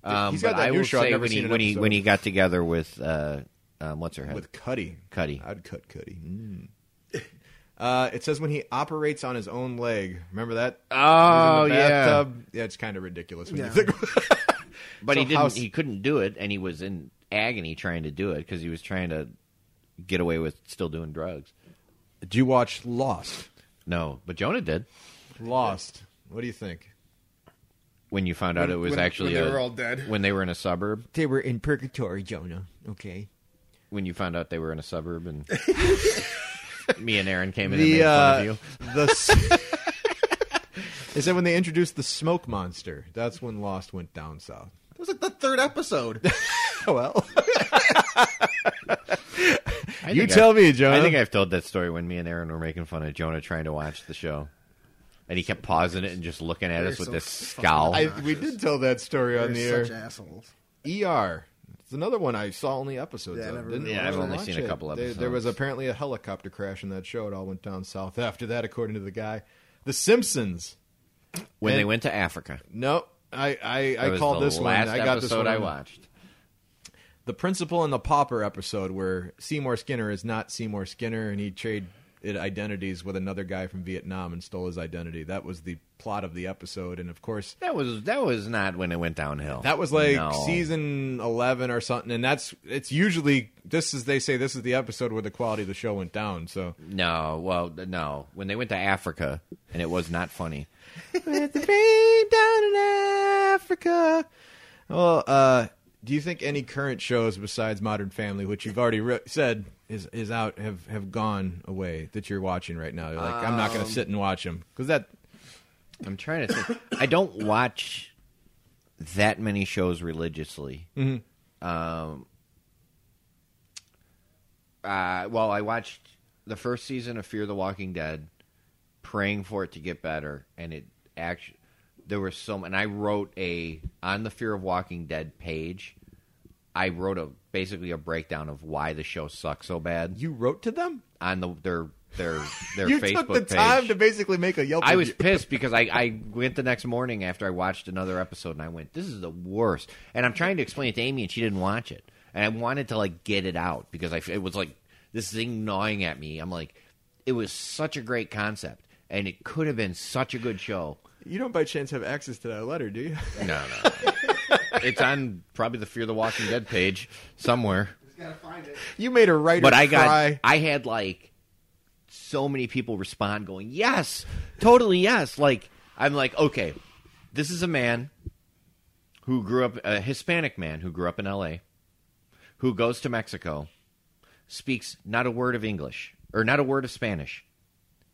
Speaker 2: um,
Speaker 1: He's
Speaker 2: he's
Speaker 1: got
Speaker 2: got
Speaker 1: that
Speaker 2: I
Speaker 1: new
Speaker 2: will
Speaker 1: show I've
Speaker 2: say
Speaker 1: never
Speaker 2: when he
Speaker 1: seen an
Speaker 2: when he
Speaker 1: episode
Speaker 2: when he
Speaker 1: of.
Speaker 2: got together with uh, um, what's her head
Speaker 1: with Cuddy.
Speaker 2: Cuddy.
Speaker 1: I'd cut Cuddy. Mm. Uh, it says when he operates on his own leg. Remember that?
Speaker 2: Oh,
Speaker 1: He's in uh, the
Speaker 2: yeah.
Speaker 1: bathtub. yeah. It's kind of ridiculous when you
Speaker 4: Yeah.
Speaker 1: think.
Speaker 2: But
Speaker 1: So
Speaker 2: he didn't.
Speaker 1: House-
Speaker 2: He couldn't do it, and he was in agony trying to do it because he was trying to get away with still doing drugs.
Speaker 1: Did you watch Lost?
Speaker 2: No, but Jonah did
Speaker 1: Lost. What do you think?
Speaker 2: when you found out
Speaker 4: When-
Speaker 2: it was
Speaker 4: when-
Speaker 2: actually
Speaker 4: when they
Speaker 2: a-
Speaker 4: were all dead.
Speaker 2: when they were in a suburb.
Speaker 1: They were in purgatory, Jonah. Okay.
Speaker 2: When you found out they were in a suburb, and me and Aaron came in and
Speaker 1: The
Speaker 2: made fun of
Speaker 1: uh,
Speaker 2: you.
Speaker 1: the. s- Is that when they introduced the smoke monster? That's when Lost went down south.
Speaker 4: It was like the third episode.
Speaker 1: Well,
Speaker 2: I
Speaker 1: you
Speaker 2: think
Speaker 1: tell
Speaker 2: I've-
Speaker 1: me, Jonah.
Speaker 2: I think I've told that story when me and Aaron were making fun of Jonah trying to watch the show. And he kept pausing it and just looking at
Speaker 4: You're
Speaker 2: us with
Speaker 4: so
Speaker 2: this
Speaker 4: fucking
Speaker 2: scowl.
Speaker 1: I- we did tell that story
Speaker 4: They're
Speaker 1: on the air.
Speaker 4: such assholes.
Speaker 1: ER. It's another one I saw only episodes
Speaker 4: Yeah, I
Speaker 1: of.
Speaker 4: never
Speaker 1: Didn't
Speaker 4: really Yeah,
Speaker 2: I've
Speaker 1: really
Speaker 2: only
Speaker 1: watch
Speaker 2: seen a
Speaker 1: it.
Speaker 2: couple
Speaker 1: There, there was
Speaker 2: episodes.
Speaker 1: apparently a helicopter crash in that show. It all went down south after that, according to the guy. The Simpsons.
Speaker 2: when they
Speaker 1: and-
Speaker 2: went to Africa,
Speaker 1: Nope. I,
Speaker 2: That
Speaker 1: I, I
Speaker 2: was
Speaker 1: called
Speaker 2: the
Speaker 1: this one.
Speaker 2: last
Speaker 1: I got
Speaker 2: episode
Speaker 1: this one.
Speaker 2: I
Speaker 1: on-
Speaker 2: watched.
Speaker 1: The Principal and the Pauper episode where Seymour Skinner is not Seymour Skinner and he traded identities with another guy from Vietnam and stole his identity. That was the plot of the episode. And of course,
Speaker 2: That was that was not when it went downhill.
Speaker 1: That was like
Speaker 2: No.
Speaker 1: season eleven or something, and that's it's usually this is they say this is the episode where the quality of the show went down. So
Speaker 2: No, well, th- no. When they went to Africa, and it was not funny.
Speaker 1: with the rain down in Africa. Well, uh, do you think any current shows besides Modern Family, which you've already re- said is is out, have have gone away that you're watching right now? You're like, I'm not
Speaker 2: Um,
Speaker 1: going to sit and watch them because that
Speaker 2: I'm trying to think. I don't watch that many shows religiously.
Speaker 1: Mm-hmm.
Speaker 2: Um, uh, well, I watched the first season of Fear the Walking Dead, praying for it to get better, and it actually there were so and I wrote a on the Fear of Walking Dead page. I wrote a basically a breakdown of why the show sucks so bad
Speaker 1: you wrote to them.
Speaker 2: on the their their their
Speaker 1: you
Speaker 2: Facebook
Speaker 1: took the
Speaker 2: page.
Speaker 1: time to basically make a Yelp.
Speaker 2: I was
Speaker 1: review.
Speaker 2: pissed because I, I went the next morning after I watched another episode and I went, this is the worst. And I'm trying to explain it to Amy and she didn't watch it. And I wanted to like get it out because I f- it was like this thing gnawing at me. I'm like, it was such a great concept and it could have been such a good show.
Speaker 1: You don't by chance have access to that letter, do you?
Speaker 2: No, no. it's on probably the Fear the Walking Dead page somewhere.
Speaker 1: You made a writer
Speaker 2: but I got
Speaker 1: cry.
Speaker 2: I had like so many people respond going, "Yes, totally yes." Like I'm like, "Okay, this is a man who grew up a Hispanic man who grew up in LA, who goes to Mexico, speaks not a word of English or not a word of Spanish.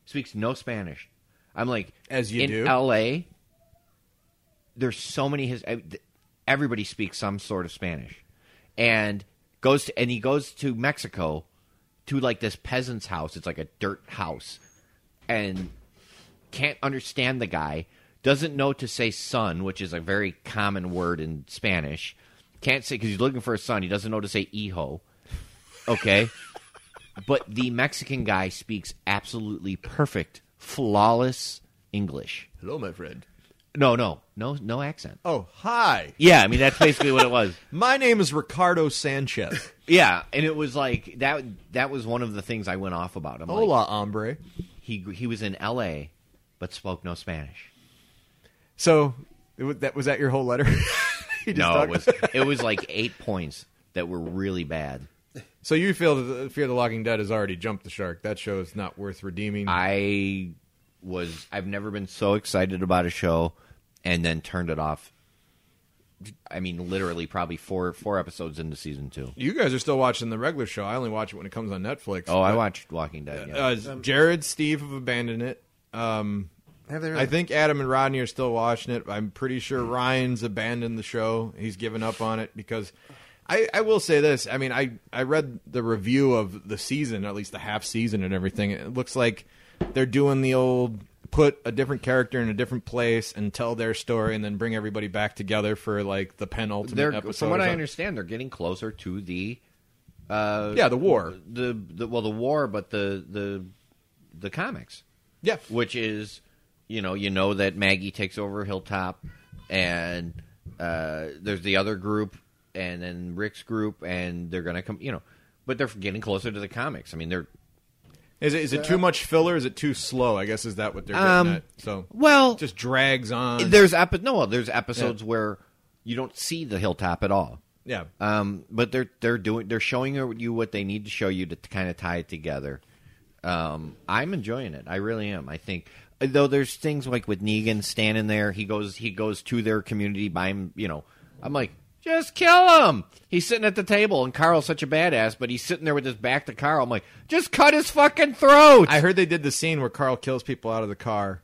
Speaker 2: Speaks no Spanish." I'm like,
Speaker 1: As you
Speaker 2: in
Speaker 1: do.
Speaker 2: LA, there's so many his I- th- everybody speaks some sort of spanish and goes to and he goes to mexico to like this peasant's house it's like a dirt house and can't understand the guy doesn't know to say son which is a very common word in spanish can't say because he's looking for a son he doesn't know to say hijo okay but the mexican guy speaks absolutely perfect flawless english
Speaker 1: Hello, my friend.
Speaker 2: no no no no accent
Speaker 1: Oh, hi.
Speaker 2: yeah, I mean that's basically what it was.
Speaker 1: My name is Ricardo Sanchez.
Speaker 2: Yeah, and it was like that. That was one of the things I went off about. I'm like,
Speaker 1: Hola, hombre.
Speaker 2: he he was in L.A. but spoke no Spanish.
Speaker 1: So, it was, that was that your whole letter? You just
Speaker 2: No, it
Speaker 1: talked-
Speaker 2: was it was like eight points that were really bad.
Speaker 1: So you feel that the- Fear the Walking Dead has already jumped the shark. That show is not worth redeeming.
Speaker 2: I was I've never been so excited about a show and then turned it off. I mean, literally, probably four four episodes into season two.
Speaker 1: you guys are still watching the regular show. I only watch it when it comes on Netflix.
Speaker 2: Oh, I watched Walking Dead. Yeah.
Speaker 1: Uh, Jared, Steve have abandoned it. Um,
Speaker 4: Have they really?
Speaker 1: I think Adam and Rodney are still watching it. I'm pretty sure Ryan's abandoned the show. He's given up on it because I, I will say this. I mean, I, I read the review of the season, at least the half season and everything. It looks like they're doing the old put a different character in a different place and tell their story and then bring everybody back together for like the penultimate
Speaker 2: they're
Speaker 1: episode.
Speaker 2: from
Speaker 1: or
Speaker 2: what I
Speaker 1: something.
Speaker 2: understand, they're getting closer to the
Speaker 1: Yeah, the war.
Speaker 2: the, the well the war but the the the comics
Speaker 1: Yeah.
Speaker 2: which is you know you know that maggie takes over hilltop and uh, there's the other group and then rick's group and they're gonna come you know but they're getting closer to the comics i mean they're
Speaker 1: Is it, is it too much filler? Is it too slow? I guess is that what they're getting
Speaker 2: Um,
Speaker 1: at. So
Speaker 2: well
Speaker 1: it just drags on.
Speaker 2: there's epi- no there's episodes
Speaker 1: Yeah.
Speaker 2: where you don't see the hilltop at all
Speaker 1: yeah.
Speaker 2: Um, but they're they're doing they're showing you what they need to show you to kind of tie it together. Um, I'm enjoying it. I really am. I think though there's things like with Negan standing there, he goes he goes to their community by him. You know, I'm like. Just kill him. He's sitting at the table, and Carl's such a badass, but he's sitting there with his back to Carl. I'm like, just cut his fucking throat.
Speaker 1: I heard they did the scene where Carl kills people out of the car,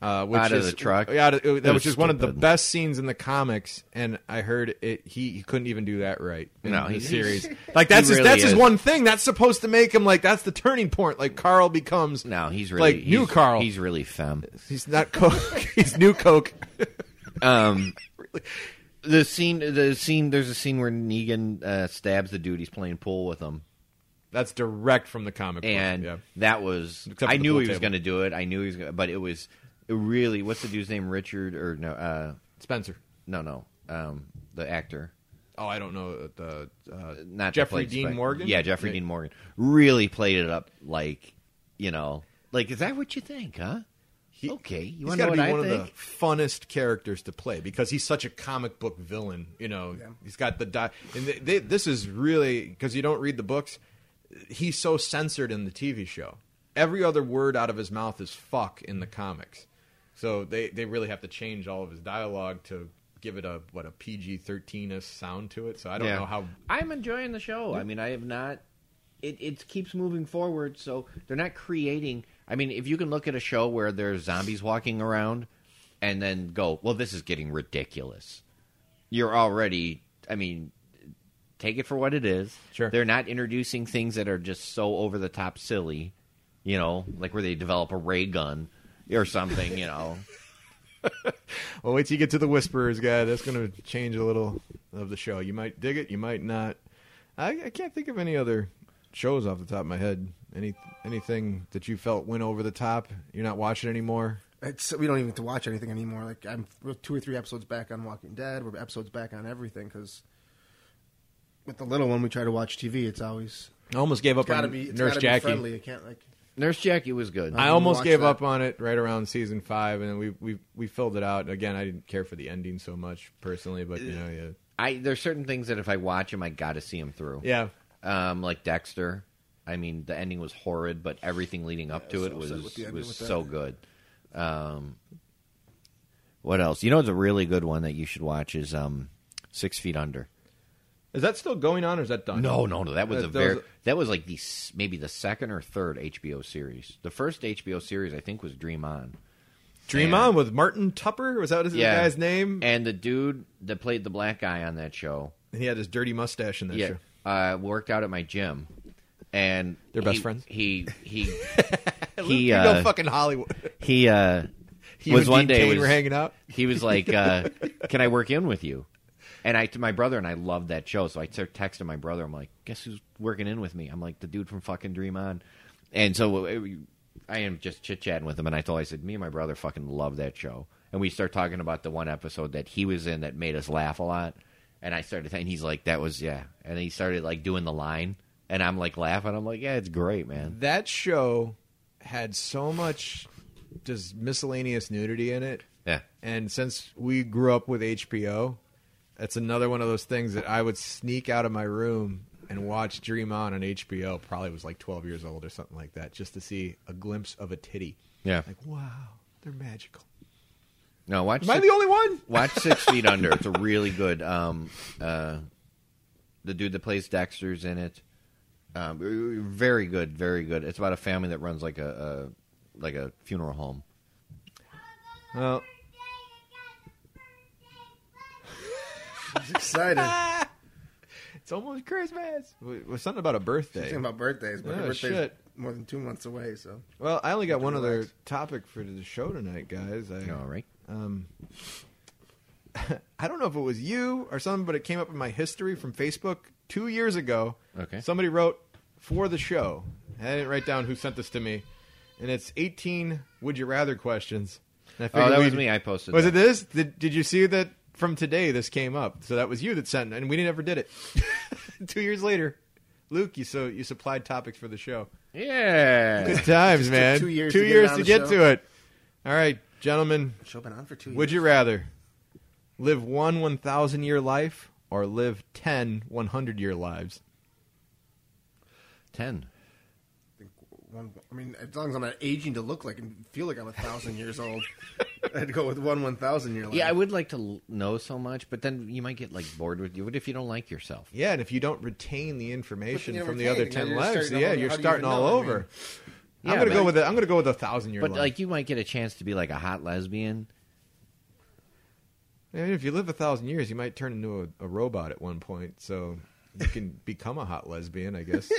Speaker 1: uh, which
Speaker 2: Out of
Speaker 1: is,
Speaker 2: the truck?
Speaker 1: Yeah, out of- that
Speaker 2: That
Speaker 1: was
Speaker 2: was
Speaker 1: just one of the
Speaker 2: stupid.
Speaker 1: best scenes in the comics, and I heard it. He, he couldn't even do that right. In
Speaker 2: No,
Speaker 1: the
Speaker 2: he's-
Speaker 1: series,
Speaker 2: he's-
Speaker 1: like that's
Speaker 2: he
Speaker 1: his,
Speaker 2: really
Speaker 1: that's his
Speaker 2: is.
Speaker 1: one thing that's supposed to make him like that's the turning point. Like Carl becomes
Speaker 2: no, he's really
Speaker 1: like new
Speaker 2: he's-
Speaker 1: Carl.
Speaker 2: He's really femme.
Speaker 1: he's not Coke. he's new Coke.
Speaker 2: the scene the scene there's a scene where Negan uh, stabs the dude he's playing pool with him
Speaker 1: That's direct from the comic. book,
Speaker 2: and
Speaker 1: yeah.
Speaker 2: that was
Speaker 1: Except for
Speaker 2: I
Speaker 1: the
Speaker 2: knew
Speaker 1: pool
Speaker 2: he was
Speaker 1: table.
Speaker 2: going to do it I knew he was gonna, but it was it really what's the dude's name Richard or no uh
Speaker 1: Spencer.
Speaker 2: no no um the actor
Speaker 1: Oh, I don't know the uh,
Speaker 2: not the
Speaker 1: Jeffrey
Speaker 2: place,
Speaker 1: Dean
Speaker 2: but-
Speaker 1: Morgan.
Speaker 2: yeah Jeffrey
Speaker 1: Right.
Speaker 2: Dean Morgan really played it up like you know like is that what you think huh
Speaker 1: He-
Speaker 2: okay you
Speaker 1: he's
Speaker 2: want to
Speaker 1: got
Speaker 2: know
Speaker 1: to
Speaker 2: what
Speaker 1: be
Speaker 2: I
Speaker 1: one
Speaker 2: think
Speaker 1: of the funnest characters to play because he's such a comic book villain. You know, he's got the di- and they, they, this is really because you don't read the books. He's so censored in the TV show. Every other word out of his mouth is fuck in the comics. So they, they really have to change all of his dialogue to give it a what a PG thirteen ish sound to it. So I don't know how
Speaker 2: I'm enjoying the show. I mean, I have not. It it keeps moving forward, so they're not creating. I mean, if you can look at a show where there's zombies walking around, and then go, well, this is getting ridiculous. You're already. I mean, take it for what it is.
Speaker 1: Sure.
Speaker 2: they're not introducing things that are just so over the top silly. You know, like where they develop a ray gun or something. You know.
Speaker 1: Well, wait till you get to the Whisperers guy. That's going to change a little of the show. You might dig it. You might not. I, I can't think of any other shows off the top of my head. Any anything that you felt went over the top? You're not watching anymore.
Speaker 4: It's, we don't even get to watch anything anymore. Like I'm we're two or three episodes back on Walking Dead. We're episodes back on everything because with the little one, we try to watch TV. It's always
Speaker 1: I almost gave up
Speaker 4: gotta
Speaker 1: on
Speaker 4: be it's
Speaker 1: Nurse
Speaker 4: gotta
Speaker 1: Jackie.
Speaker 4: Be friendly. It can't like
Speaker 2: Nurse Jackie was good.
Speaker 1: I
Speaker 4: I'll
Speaker 1: almost
Speaker 4: watch
Speaker 1: gave
Speaker 4: that.
Speaker 1: up on it right around season five, and we we we filled it out again. I didn't care for the ending so much personally, but you know, yeah,
Speaker 2: I there's certain things that if I watch them, I got to see them through.
Speaker 1: yeah.
Speaker 2: um, like Dexter. I mean, the ending was horrid, but everything leading up to
Speaker 4: I
Speaker 2: it
Speaker 4: was
Speaker 2: was
Speaker 4: so upset with the ending
Speaker 2: was
Speaker 4: with that.
Speaker 2: so good. Um, what else? You know, it's a really good one that you should watch is um, Six Feet Under.
Speaker 1: Is that still going on, or is that done?
Speaker 2: No, no, no. That was
Speaker 1: That-
Speaker 2: a
Speaker 1: that
Speaker 2: very
Speaker 1: was-
Speaker 2: that was like the s- maybe the second or third HBO series. The first HBO series I think was Dream On.
Speaker 1: Dream
Speaker 2: And-
Speaker 1: On with Martin Tupper. Was that his
Speaker 2: Yeah.
Speaker 1: guy's name?
Speaker 2: And the dude that played the black guy on that show,
Speaker 1: And he had his dirty mustache in that
Speaker 2: yeah,
Speaker 1: show.
Speaker 2: uh, worked out at my gym, and
Speaker 1: They're best
Speaker 2: he-
Speaker 1: friends?
Speaker 2: He he
Speaker 1: You
Speaker 2: he
Speaker 1: know
Speaker 2: uh,
Speaker 1: fucking Hollywood.
Speaker 2: he uh
Speaker 1: You
Speaker 2: was
Speaker 1: and
Speaker 2: one
Speaker 1: Dean
Speaker 2: day
Speaker 1: Cain
Speaker 2: was,
Speaker 1: were hanging out.
Speaker 2: he was like uh can i work in with you and i to my brother and i loved that show so i t- texted my brother i'm like guess who's working in with me i'm like the dude from fucking dream on and so uh, we- i am just chit-chatting with him and i told him, i said me and my brother fucking love that show and we start talking about the one episode that he was in that made us laugh a lot and i started and he's like that was yeah and he started like doing the line and i'm like laughing i'm like yeah it's great man
Speaker 1: That show had so much just miscellaneous nudity in it.
Speaker 2: yeah
Speaker 1: And since we grew up with HBO, that's another one of those things that I would sneak out of my room and watch Dream On on HBO. Probably was like 12 years old or something like that, just to see a glimpse of a titty.
Speaker 2: yeah
Speaker 1: Like, wow, they're magical.
Speaker 2: no watch
Speaker 1: Am I
Speaker 2: Six-
Speaker 1: the only one?
Speaker 2: Watch Six Feet Under. It's a really good. Um, uh, the dude that plays Dexter's in it. Um, very good, very good. It's about a family that runs like a, a like a funeral home.
Speaker 1: Well,
Speaker 4: he's excited.
Speaker 1: it's almost Christmas. It was something about a birthday.
Speaker 4: Thinking about birthdays, but
Speaker 1: Oh,
Speaker 4: her birthday's
Speaker 1: shit.
Speaker 4: more than two months away. So
Speaker 1: Well, I only got one other
Speaker 4: relax.
Speaker 1: topic for the show tonight, guys. I,
Speaker 2: You know, right?
Speaker 1: I don't know if it was you or something, but it came up in my history from Facebook two years ago.
Speaker 2: Okay.
Speaker 1: Somebody wrote for the show. I didn't write down who sent this to me. And it's 18 would you rather questions. And I
Speaker 2: Oh,
Speaker 1: figured
Speaker 2: that was
Speaker 1: we'd-
Speaker 2: me. I posted.
Speaker 1: Was
Speaker 2: that.
Speaker 1: it this? Did, did you see that from today this came up? So that was you that sent it, and we never did it. two years later, Luke, you so you supplied topics for the show.
Speaker 2: Yeah.
Speaker 1: Good times,
Speaker 4: took
Speaker 1: man.
Speaker 4: two years to get it
Speaker 1: years
Speaker 4: on
Speaker 1: to
Speaker 4: the
Speaker 1: get
Speaker 4: show.
Speaker 1: to it. All right, gentlemen,
Speaker 4: she's been on for two.
Speaker 1: would
Speaker 4: years.
Speaker 1: you rather live one 1,000 year life or live 10 100 year lives?
Speaker 2: Ten.
Speaker 4: I think One, I mean, as long as I'm not aging to look like and feel like I'm a thousand years old, I'd go with one one thousand year. Life.
Speaker 2: Yeah, I would like to l- know so much, but then you might get like bored with you. What if you don't like yourself?
Speaker 1: Yeah, and if you don't retain the information
Speaker 4: you
Speaker 1: from the
Speaker 4: retain
Speaker 1: other
Speaker 4: it, now
Speaker 1: 10
Speaker 4: you're
Speaker 1: lives,
Speaker 4: starting all
Speaker 1: yeah,
Speaker 4: over.
Speaker 1: you're
Speaker 4: How do you
Speaker 1: starting
Speaker 4: even
Speaker 1: all
Speaker 4: know? I mean-
Speaker 1: over.
Speaker 2: Yeah,
Speaker 1: I'm going
Speaker 2: but-
Speaker 1: to go with it. I'm going to go with a 1,000 year
Speaker 2: But
Speaker 1: life.
Speaker 2: like, you might get a chance to be like a hot lesbian.
Speaker 1: I mean, if you live a 1,000 years, you might turn into a, a robot at one point. So you can become a hot lesbian, I guess,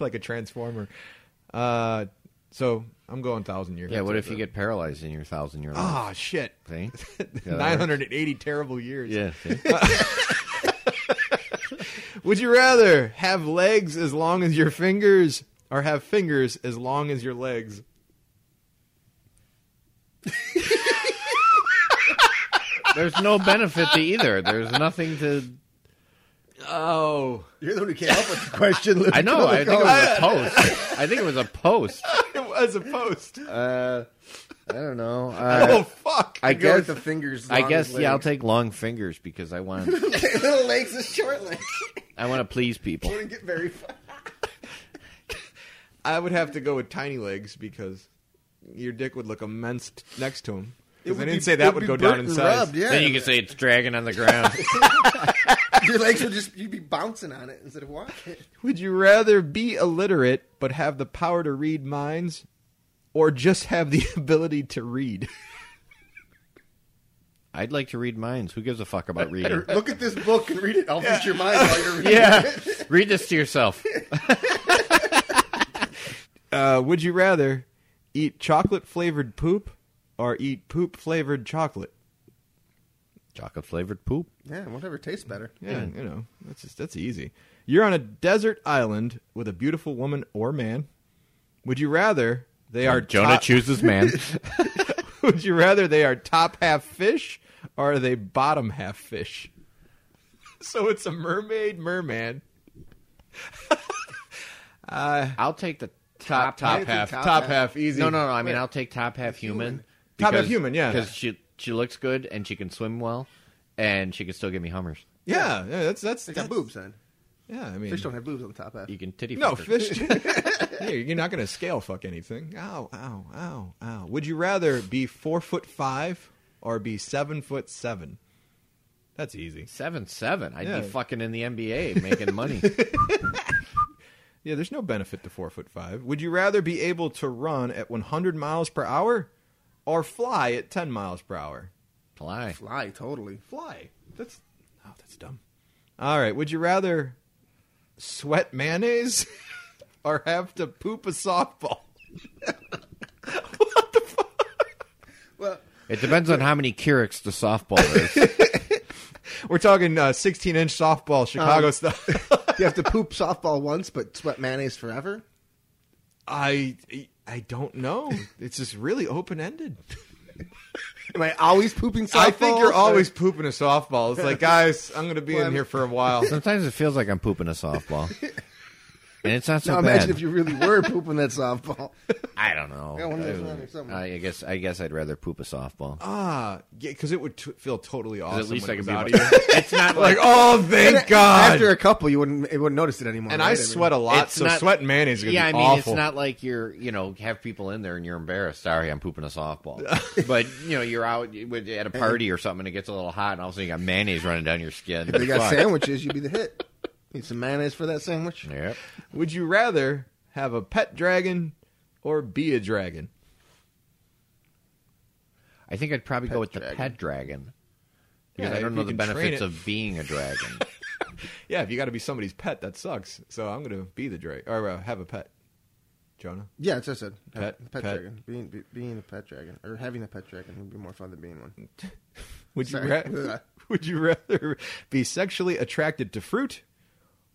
Speaker 1: like a transformer. Uh, so I'm going 1,000 years.
Speaker 2: Yeah. What if you get paralyzed in your thousand year life?
Speaker 1: Ah, shit.
Speaker 2: See? Yeah, that works.
Speaker 1: 980 terrible years.
Speaker 2: Yeah. see?
Speaker 1: Would you rather have legs as long as your fingers or have fingers as long as your legs?
Speaker 2: There's no benefit to either. There's nothing to.
Speaker 1: Oh.
Speaker 4: You're the one who came up with the question. Luke.
Speaker 2: I know. I think it was a post. I think it was a post.
Speaker 1: It was a post.
Speaker 2: Uh, I don't know.
Speaker 1: oh,
Speaker 2: Uh,
Speaker 1: fuck.
Speaker 2: I
Speaker 4: Go with
Speaker 2: guess.
Speaker 4: the fingers.
Speaker 2: I
Speaker 4: long
Speaker 2: guess.
Speaker 4: as
Speaker 2: Yeah, I'll
Speaker 4: legs.
Speaker 2: take long fingers because I want.
Speaker 4: little legs and short legs.
Speaker 2: I want to please people.
Speaker 4: Wouldn't get very far.
Speaker 1: I would have to go with tiny legs because your dick would look immense t- next to him. Because I
Speaker 4: would
Speaker 1: didn't
Speaker 4: be-
Speaker 1: say
Speaker 4: it
Speaker 1: that
Speaker 4: would
Speaker 1: would
Speaker 4: be
Speaker 1: go down
Speaker 4: burnt
Speaker 1: in
Speaker 4: and
Speaker 1: size.
Speaker 4: rubbed, yeah.
Speaker 2: Then you can say it's dragging on the ground.
Speaker 4: Your legs would just you'd be bouncing on it instead of walking.
Speaker 1: Would you rather be illiterate but have the power to read minds, or just have the ability to read?
Speaker 2: I'd like to read minds. Who gives a fuck about reading?
Speaker 4: Look at this book and read it. I'll fix your mind while you're reading.
Speaker 2: yeah, read this to yourself.
Speaker 1: Uh, would you rather eat chocolate flavored poop or eat poop flavored chocolate?
Speaker 2: Chocolate flavored poop.
Speaker 4: Yeah, whatever tastes better.
Speaker 1: Yeah, you know that's just that's easy. You're on a desert island with a beautiful woman or man. Would you rather they are
Speaker 2: Jonah
Speaker 1: top-
Speaker 2: chooses man.
Speaker 1: Would you rather they are top half fish or are they bottom half fish? So it's a mermaid merman.
Speaker 2: I'll take the top
Speaker 4: half
Speaker 2: top
Speaker 4: and
Speaker 2: half.
Speaker 4: top
Speaker 1: Top,
Speaker 4: half.
Speaker 1: half. easy.
Speaker 2: No, no, no. I mean, I'll take top half human.
Speaker 1: Top half human, yeah.
Speaker 2: because she she looks good and she can swim well, and she can still give me hummers.
Speaker 1: Yeah, yeah that's that's,
Speaker 4: They
Speaker 1: that's
Speaker 4: got boobs then.
Speaker 1: Yeah, I mean
Speaker 4: Fish don't have boobs on the top half.
Speaker 2: You can titty.
Speaker 1: No,
Speaker 2: fuck her.
Speaker 1: fish. yeah, you're not going to scale fuck anything. Ow, ow, ow, ow. Would you rather be four foot five or be seven foot seven? That's easy.
Speaker 2: Seven seven. I'd
Speaker 1: Yeah.
Speaker 2: be fucking in the NBA making money.
Speaker 1: Yeah, there's no benefit to four foot five. Would you rather be able to run at 100 miles per hour or fly at 10 miles per hour?
Speaker 2: Fly.
Speaker 4: Fly totally.
Speaker 1: Fly. That's oh, that's dumb. All right. Would you rather sweat mayonnaise or have to poop a softball?
Speaker 4: Well,
Speaker 2: It depends on how many Keurigs the softball is.
Speaker 1: We're talking uh, 16 inch softball, Chicago
Speaker 4: Um,
Speaker 1: stuff.
Speaker 4: you have to poop softball once, but sweat mayonnaise forever.
Speaker 1: I I don't know. It's just really open ended.
Speaker 4: Am I always pooping softball?
Speaker 1: I think you're
Speaker 4: or-
Speaker 1: always pooping a softball. It's like, guys, I'm going to be
Speaker 4: Well,
Speaker 1: in
Speaker 4: I'm-
Speaker 1: here for a while.
Speaker 2: Sometimes it feels like I'm pooping a softball, and it's not so
Speaker 4: Now
Speaker 2: bad.
Speaker 4: imagine if you really were pooping that softball.
Speaker 2: I don't know.
Speaker 4: Yeah, one of those Oh, around there somewhere.
Speaker 2: I, I guess I guess I'd rather poop a softball.
Speaker 1: Ah, yeah, because it would t- feel totally awesome.
Speaker 2: at least
Speaker 1: when
Speaker 2: I
Speaker 1: it
Speaker 2: can
Speaker 1: was
Speaker 2: be
Speaker 1: out of
Speaker 2: like,
Speaker 1: you.
Speaker 2: it's not
Speaker 1: like,
Speaker 2: like
Speaker 1: oh, thank God.
Speaker 4: After a couple, you wouldn't you wouldn't notice it anymore.
Speaker 1: and
Speaker 4: right?
Speaker 1: I sweat a lot,
Speaker 2: It's
Speaker 1: so
Speaker 2: not-
Speaker 1: sweat and mayonnaise is going to
Speaker 2: yeah.
Speaker 1: be
Speaker 2: I mean,
Speaker 1: awful.
Speaker 2: it's not like you're you know have people in there and you're embarrassed. Sorry, I'm pooping a softball. but you know you're out with, at a party or something. and It gets a little hot, and all of a sudden you got mayonnaise running down your skin.
Speaker 4: If they got
Speaker 2: Fuck.
Speaker 4: sandwiches, you'd be the hit. Need some mayonnaise for that sandwich.
Speaker 2: Yep.
Speaker 1: Would you rather have a pet dragon or be a dragon?
Speaker 2: I think I'd probably go with the
Speaker 4: dragon.
Speaker 2: pet dragon because
Speaker 1: Yeah,
Speaker 2: I
Speaker 1: if
Speaker 2: don't know
Speaker 1: you
Speaker 2: the
Speaker 1: can train
Speaker 2: benefits
Speaker 1: it.
Speaker 2: of being a dragon.
Speaker 1: Yeah, if you got to be somebody's pet, that sucks. So I'm going to be the dragon or uh, have a pet. Jonah,
Speaker 4: Yeah, it's just a pet,
Speaker 1: Pet- pet.
Speaker 4: pet, dragon. Being be, being a pet dragon or having a pet dragon would be more fun than being one.
Speaker 1: would you
Speaker 4: Sorry.
Speaker 1: ra- would you rather be sexually attracted to fruit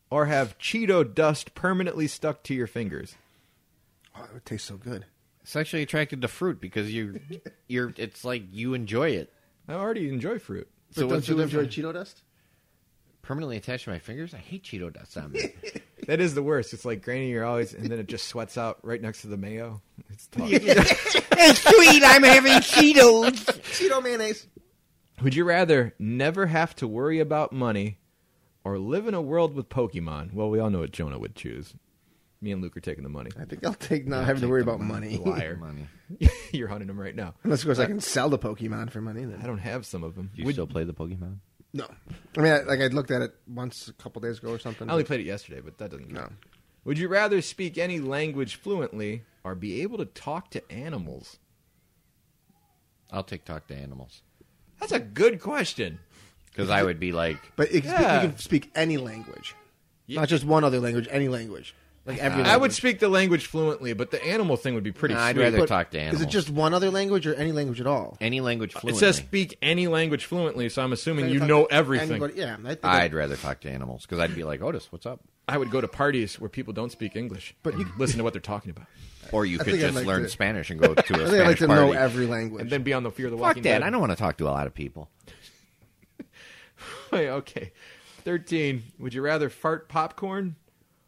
Speaker 1: or have Cheeto dust permanently stuck to your fingers?
Speaker 4: Oh, it would taste so good.
Speaker 2: Sexually attracted to fruit because you you're it's like you enjoy it.
Speaker 1: I already enjoy fruit.
Speaker 4: So
Speaker 2: what's
Speaker 4: don't
Speaker 2: the
Speaker 4: you enjoy
Speaker 2: difference?
Speaker 4: Cheeto dust?
Speaker 2: Permanently attached to my fingers. I hate Cheeto dust on me.
Speaker 1: That is the worst. It's like Granny, you're always, and then it just sweats out right next to the mayo. It's tough.
Speaker 2: Sweet, I'm having Cheetos.
Speaker 4: Cheeto mayonnaise.
Speaker 1: Would you rather never have to worry about money or live in a world with Pokemon? Well, we all know what Jonah would choose. Me and Luke are taking the money.
Speaker 4: I think I'll take not having to worry about money.
Speaker 1: Liar.
Speaker 2: Money.
Speaker 1: You're hunting them right now.
Speaker 4: Unless, of course, I can sell the Pokemon for money.
Speaker 1: I
Speaker 4: Then
Speaker 1: don't have some of them.
Speaker 2: Do you
Speaker 1: Would-
Speaker 2: still play the Pokemon?
Speaker 4: no, I mean, I, like I looked at it once a couple days ago or something.
Speaker 1: I only
Speaker 4: but
Speaker 1: played it yesterday, but that doesn't count.
Speaker 4: No.
Speaker 1: Would you rather speak any language fluently or be able to talk to animals?
Speaker 2: I'll take talk to animals
Speaker 1: That's a good question.
Speaker 2: because I would be like,
Speaker 4: But it,
Speaker 1: Yeah.
Speaker 4: you can speak any language,
Speaker 1: Yeah.
Speaker 4: not just one other language. Any language, like every.
Speaker 1: I
Speaker 4: language.
Speaker 1: would speak the language fluently, but the animal thing would be pretty
Speaker 2: Nah, I'd
Speaker 1: sweet.
Speaker 2: rather
Speaker 4: But
Speaker 2: talk to animals.
Speaker 4: Is it just one other language or any language at all?
Speaker 2: any language
Speaker 1: It
Speaker 2: fluently?
Speaker 1: says speak any language fluently, so I'm assuming you
Speaker 4: Talk
Speaker 1: know
Speaker 4: to
Speaker 1: everything.
Speaker 4: anybody- yeah, I think
Speaker 2: I'd rather talk to animals because I'd be like, Otis, what's up?
Speaker 1: I would go to parties where people don't speak English,
Speaker 4: But
Speaker 1: and
Speaker 4: you-
Speaker 1: listen to what they're talking about,
Speaker 2: Or you
Speaker 4: I
Speaker 2: could
Speaker 4: think I'd
Speaker 2: just
Speaker 4: like
Speaker 2: learn
Speaker 4: to-
Speaker 2: Spanish and go to a
Speaker 4: I think
Speaker 2: Spanish
Speaker 4: I'd like to
Speaker 2: party.
Speaker 4: know every language.
Speaker 1: and then be on the Fear of the
Speaker 2: Fuck
Speaker 1: Walking
Speaker 2: that!
Speaker 1: Dead.
Speaker 2: I don't want to talk to a lot of people.
Speaker 1: Wait, okay, thirteen. Would you rather fart popcorn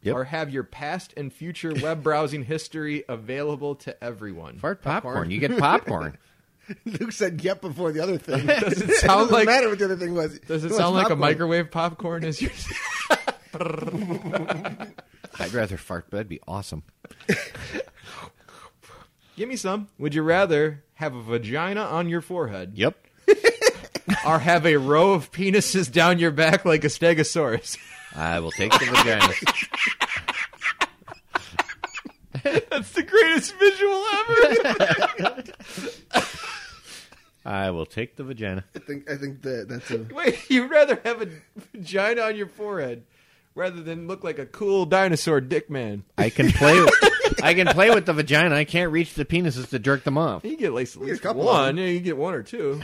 Speaker 2: Yep.
Speaker 1: or have your past and future web browsing history available to everyone?
Speaker 2: Fart popcorn. You get popcorn.
Speaker 4: Luke said "yep" before the other thing.
Speaker 1: Does it sound like?
Speaker 4: matter what the other thing was.
Speaker 1: Does it
Speaker 4: was
Speaker 1: sound like a
Speaker 4: popcorn.
Speaker 1: microwave popcorn? Is your
Speaker 2: I'd rather fart. But that'd be awesome.
Speaker 1: give me some? Would you rather have a vagina on your forehead,
Speaker 2: Yep.
Speaker 1: or have a row of penises down your back like a stegosaurus.
Speaker 2: I will take the vagina.
Speaker 1: That's the greatest visual ever.
Speaker 2: I will take the vagina.
Speaker 4: I think I think that that's a
Speaker 1: Wait, you'd rather have a vagina on your forehead rather than look like a cool dinosaur dick man.
Speaker 2: I can play. With, I can play with the vagina. I can't reach the penises to jerk them off.
Speaker 1: You get at least, at
Speaker 4: get a
Speaker 1: least
Speaker 4: couple of
Speaker 1: one. Yeah, you get one or two.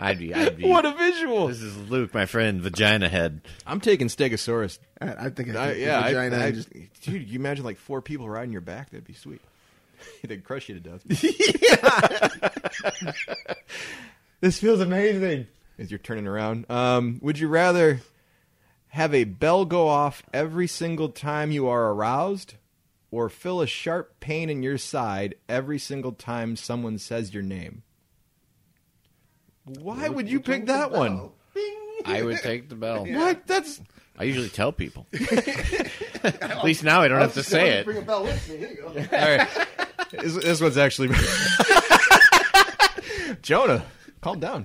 Speaker 2: I'd be. I'd be
Speaker 1: what a visual!
Speaker 2: this is Luke, my friend, vagina head.
Speaker 1: I'm taking Stegosaurus.
Speaker 4: I I think
Speaker 1: I,
Speaker 4: I, think
Speaker 1: yeah, I-
Speaker 4: vagina
Speaker 1: I-
Speaker 4: and just
Speaker 1: dude, you imagine like four people riding your back? That'd be sweet. They'd crush you to death. this feels amazing. As you're turning around, um, would you rather have a bell go off every single time you are aroused, or feel a sharp pain in your side every single time someone says your name? Why would you pick that one?
Speaker 2: I would take the bell.
Speaker 1: What? That's
Speaker 2: I usually tell people. At least now I don't have to say it.
Speaker 4: Bring a bell with me. Here you go.
Speaker 1: All right. This, this one's actually. Jonah, calm down.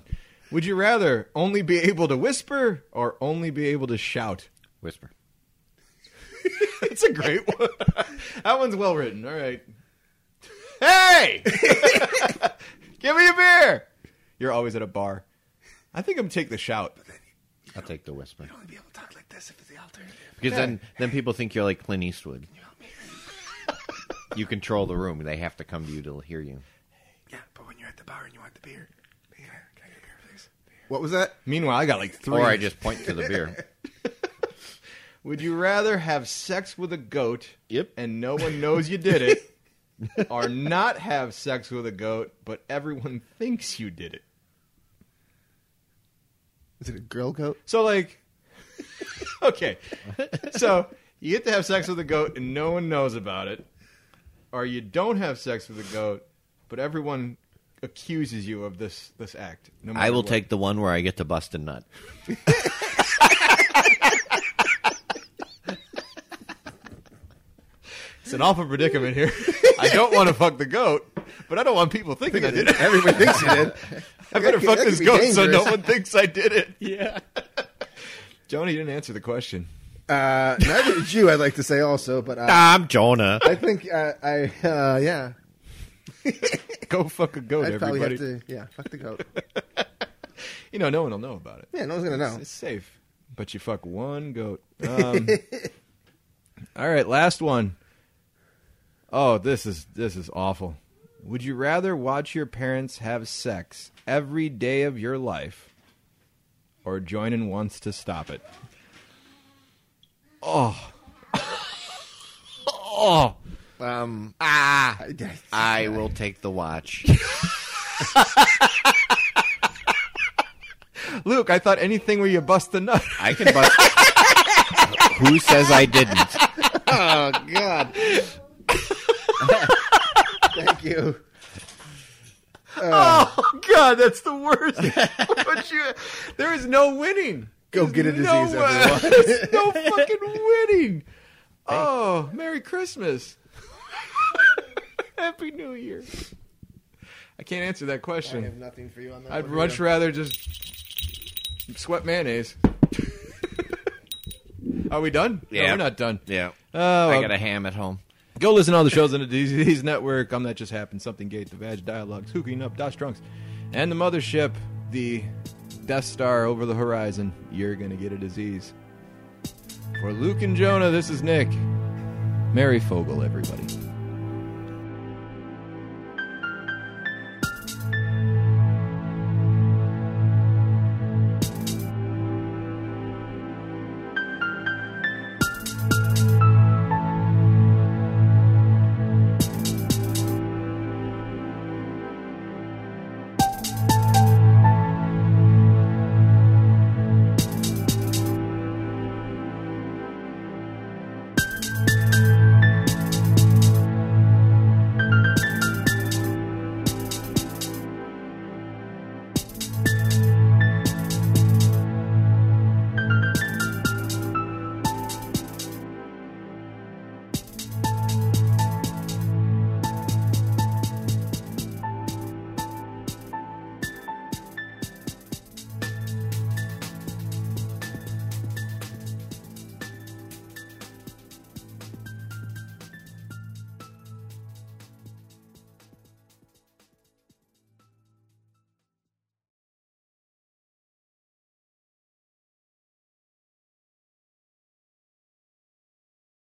Speaker 1: Would you rather only be able to whisper or only be able to shout?
Speaker 2: Whisper.
Speaker 1: It's a great one. that one's well written. All right. Hey! Give me a beer! You're always at a bar. I think I'm take the shout.
Speaker 2: I'll take the whisper
Speaker 4: I'd be able to talk like this if it's the alternative.
Speaker 2: because then then people think you're like Clint Eastwood. You control the room. They have to come to you to hear you.
Speaker 4: Yeah, but when you're at the bar and you want the beer, can I, can I get a beer, please? What was that?
Speaker 1: Meanwhile, I got like three.
Speaker 2: Or I just point to the beer.
Speaker 1: Would you rather have sex with a goat
Speaker 2: Yep.
Speaker 1: and no one knows you did it or not have sex with a goat but everyone thinks you did it?
Speaker 4: Is it a girl goat?
Speaker 1: So like okay. So you get to have sex with a goat and no one knows about it or you don't have sex with a goat but everyone accuses you of this this act. No
Speaker 2: I
Speaker 1: matter
Speaker 2: will
Speaker 1: what.
Speaker 2: take the one where I get to bust a nut.
Speaker 1: it's an awful predicament here. I don't want to fuck the goat, but I don't want people thinking I did it.
Speaker 4: Everybody thinks you did.
Speaker 1: I better
Speaker 4: could-
Speaker 1: fuck
Speaker 4: that could
Speaker 1: this
Speaker 4: be
Speaker 1: goat so
Speaker 4: dangerous.
Speaker 1: no one thinks I did it. Yeah. Joni you didn't answer the question.
Speaker 4: Uh, neither did you. I'd like to say also, but uh,
Speaker 2: I'm Jonah.
Speaker 4: I think uh, I uh, yeah.
Speaker 1: Go fuck a goat,
Speaker 4: I'd probably
Speaker 1: everybody.
Speaker 4: have to yeah fuck the goat.
Speaker 1: You know, no one will know about it.
Speaker 4: Yeah, no one's gonna know.
Speaker 1: It's safe. But you fuck one goat. Um, all right, last one. Oh, this is this is awful. Would you rather watch your parents have sex every day of your life or join in once to stop it? Oh. oh.
Speaker 2: Um, ah, I will take the watch.
Speaker 1: Luke, I thought anything where you bust the nut.
Speaker 2: I can bust. Who says I didn't?
Speaker 4: Oh God. Thank you.
Speaker 1: Oh God, that's the worst. but you, there is no winning.
Speaker 4: Go get a
Speaker 1: There's no
Speaker 4: disease,
Speaker 1: way-
Speaker 4: everyone.
Speaker 1: There's no fucking winning. Oh, Merry Christmas. Happy New Year. I can't answer that
Speaker 4: I have
Speaker 1: question.
Speaker 4: nothing for you on that.
Speaker 1: I'd
Speaker 4: one.
Speaker 1: much rather just sweat mayonnaise. Are we done? No,
Speaker 2: Yeah.
Speaker 1: we're not done.
Speaker 2: Yeah,
Speaker 1: Oh,
Speaker 2: I
Speaker 1: well,
Speaker 2: got a ham at home.
Speaker 1: Go listen to all the shows on the Disease Network. Um, that just happened. Something Gate, The Vag Dialogues, Hooking Up, Dodge Trunks, and the mothership, the Death Star over the horizon. You're gonna get a disease. For Luke and Jonah, this is Nick. Merry Fogel, everybody.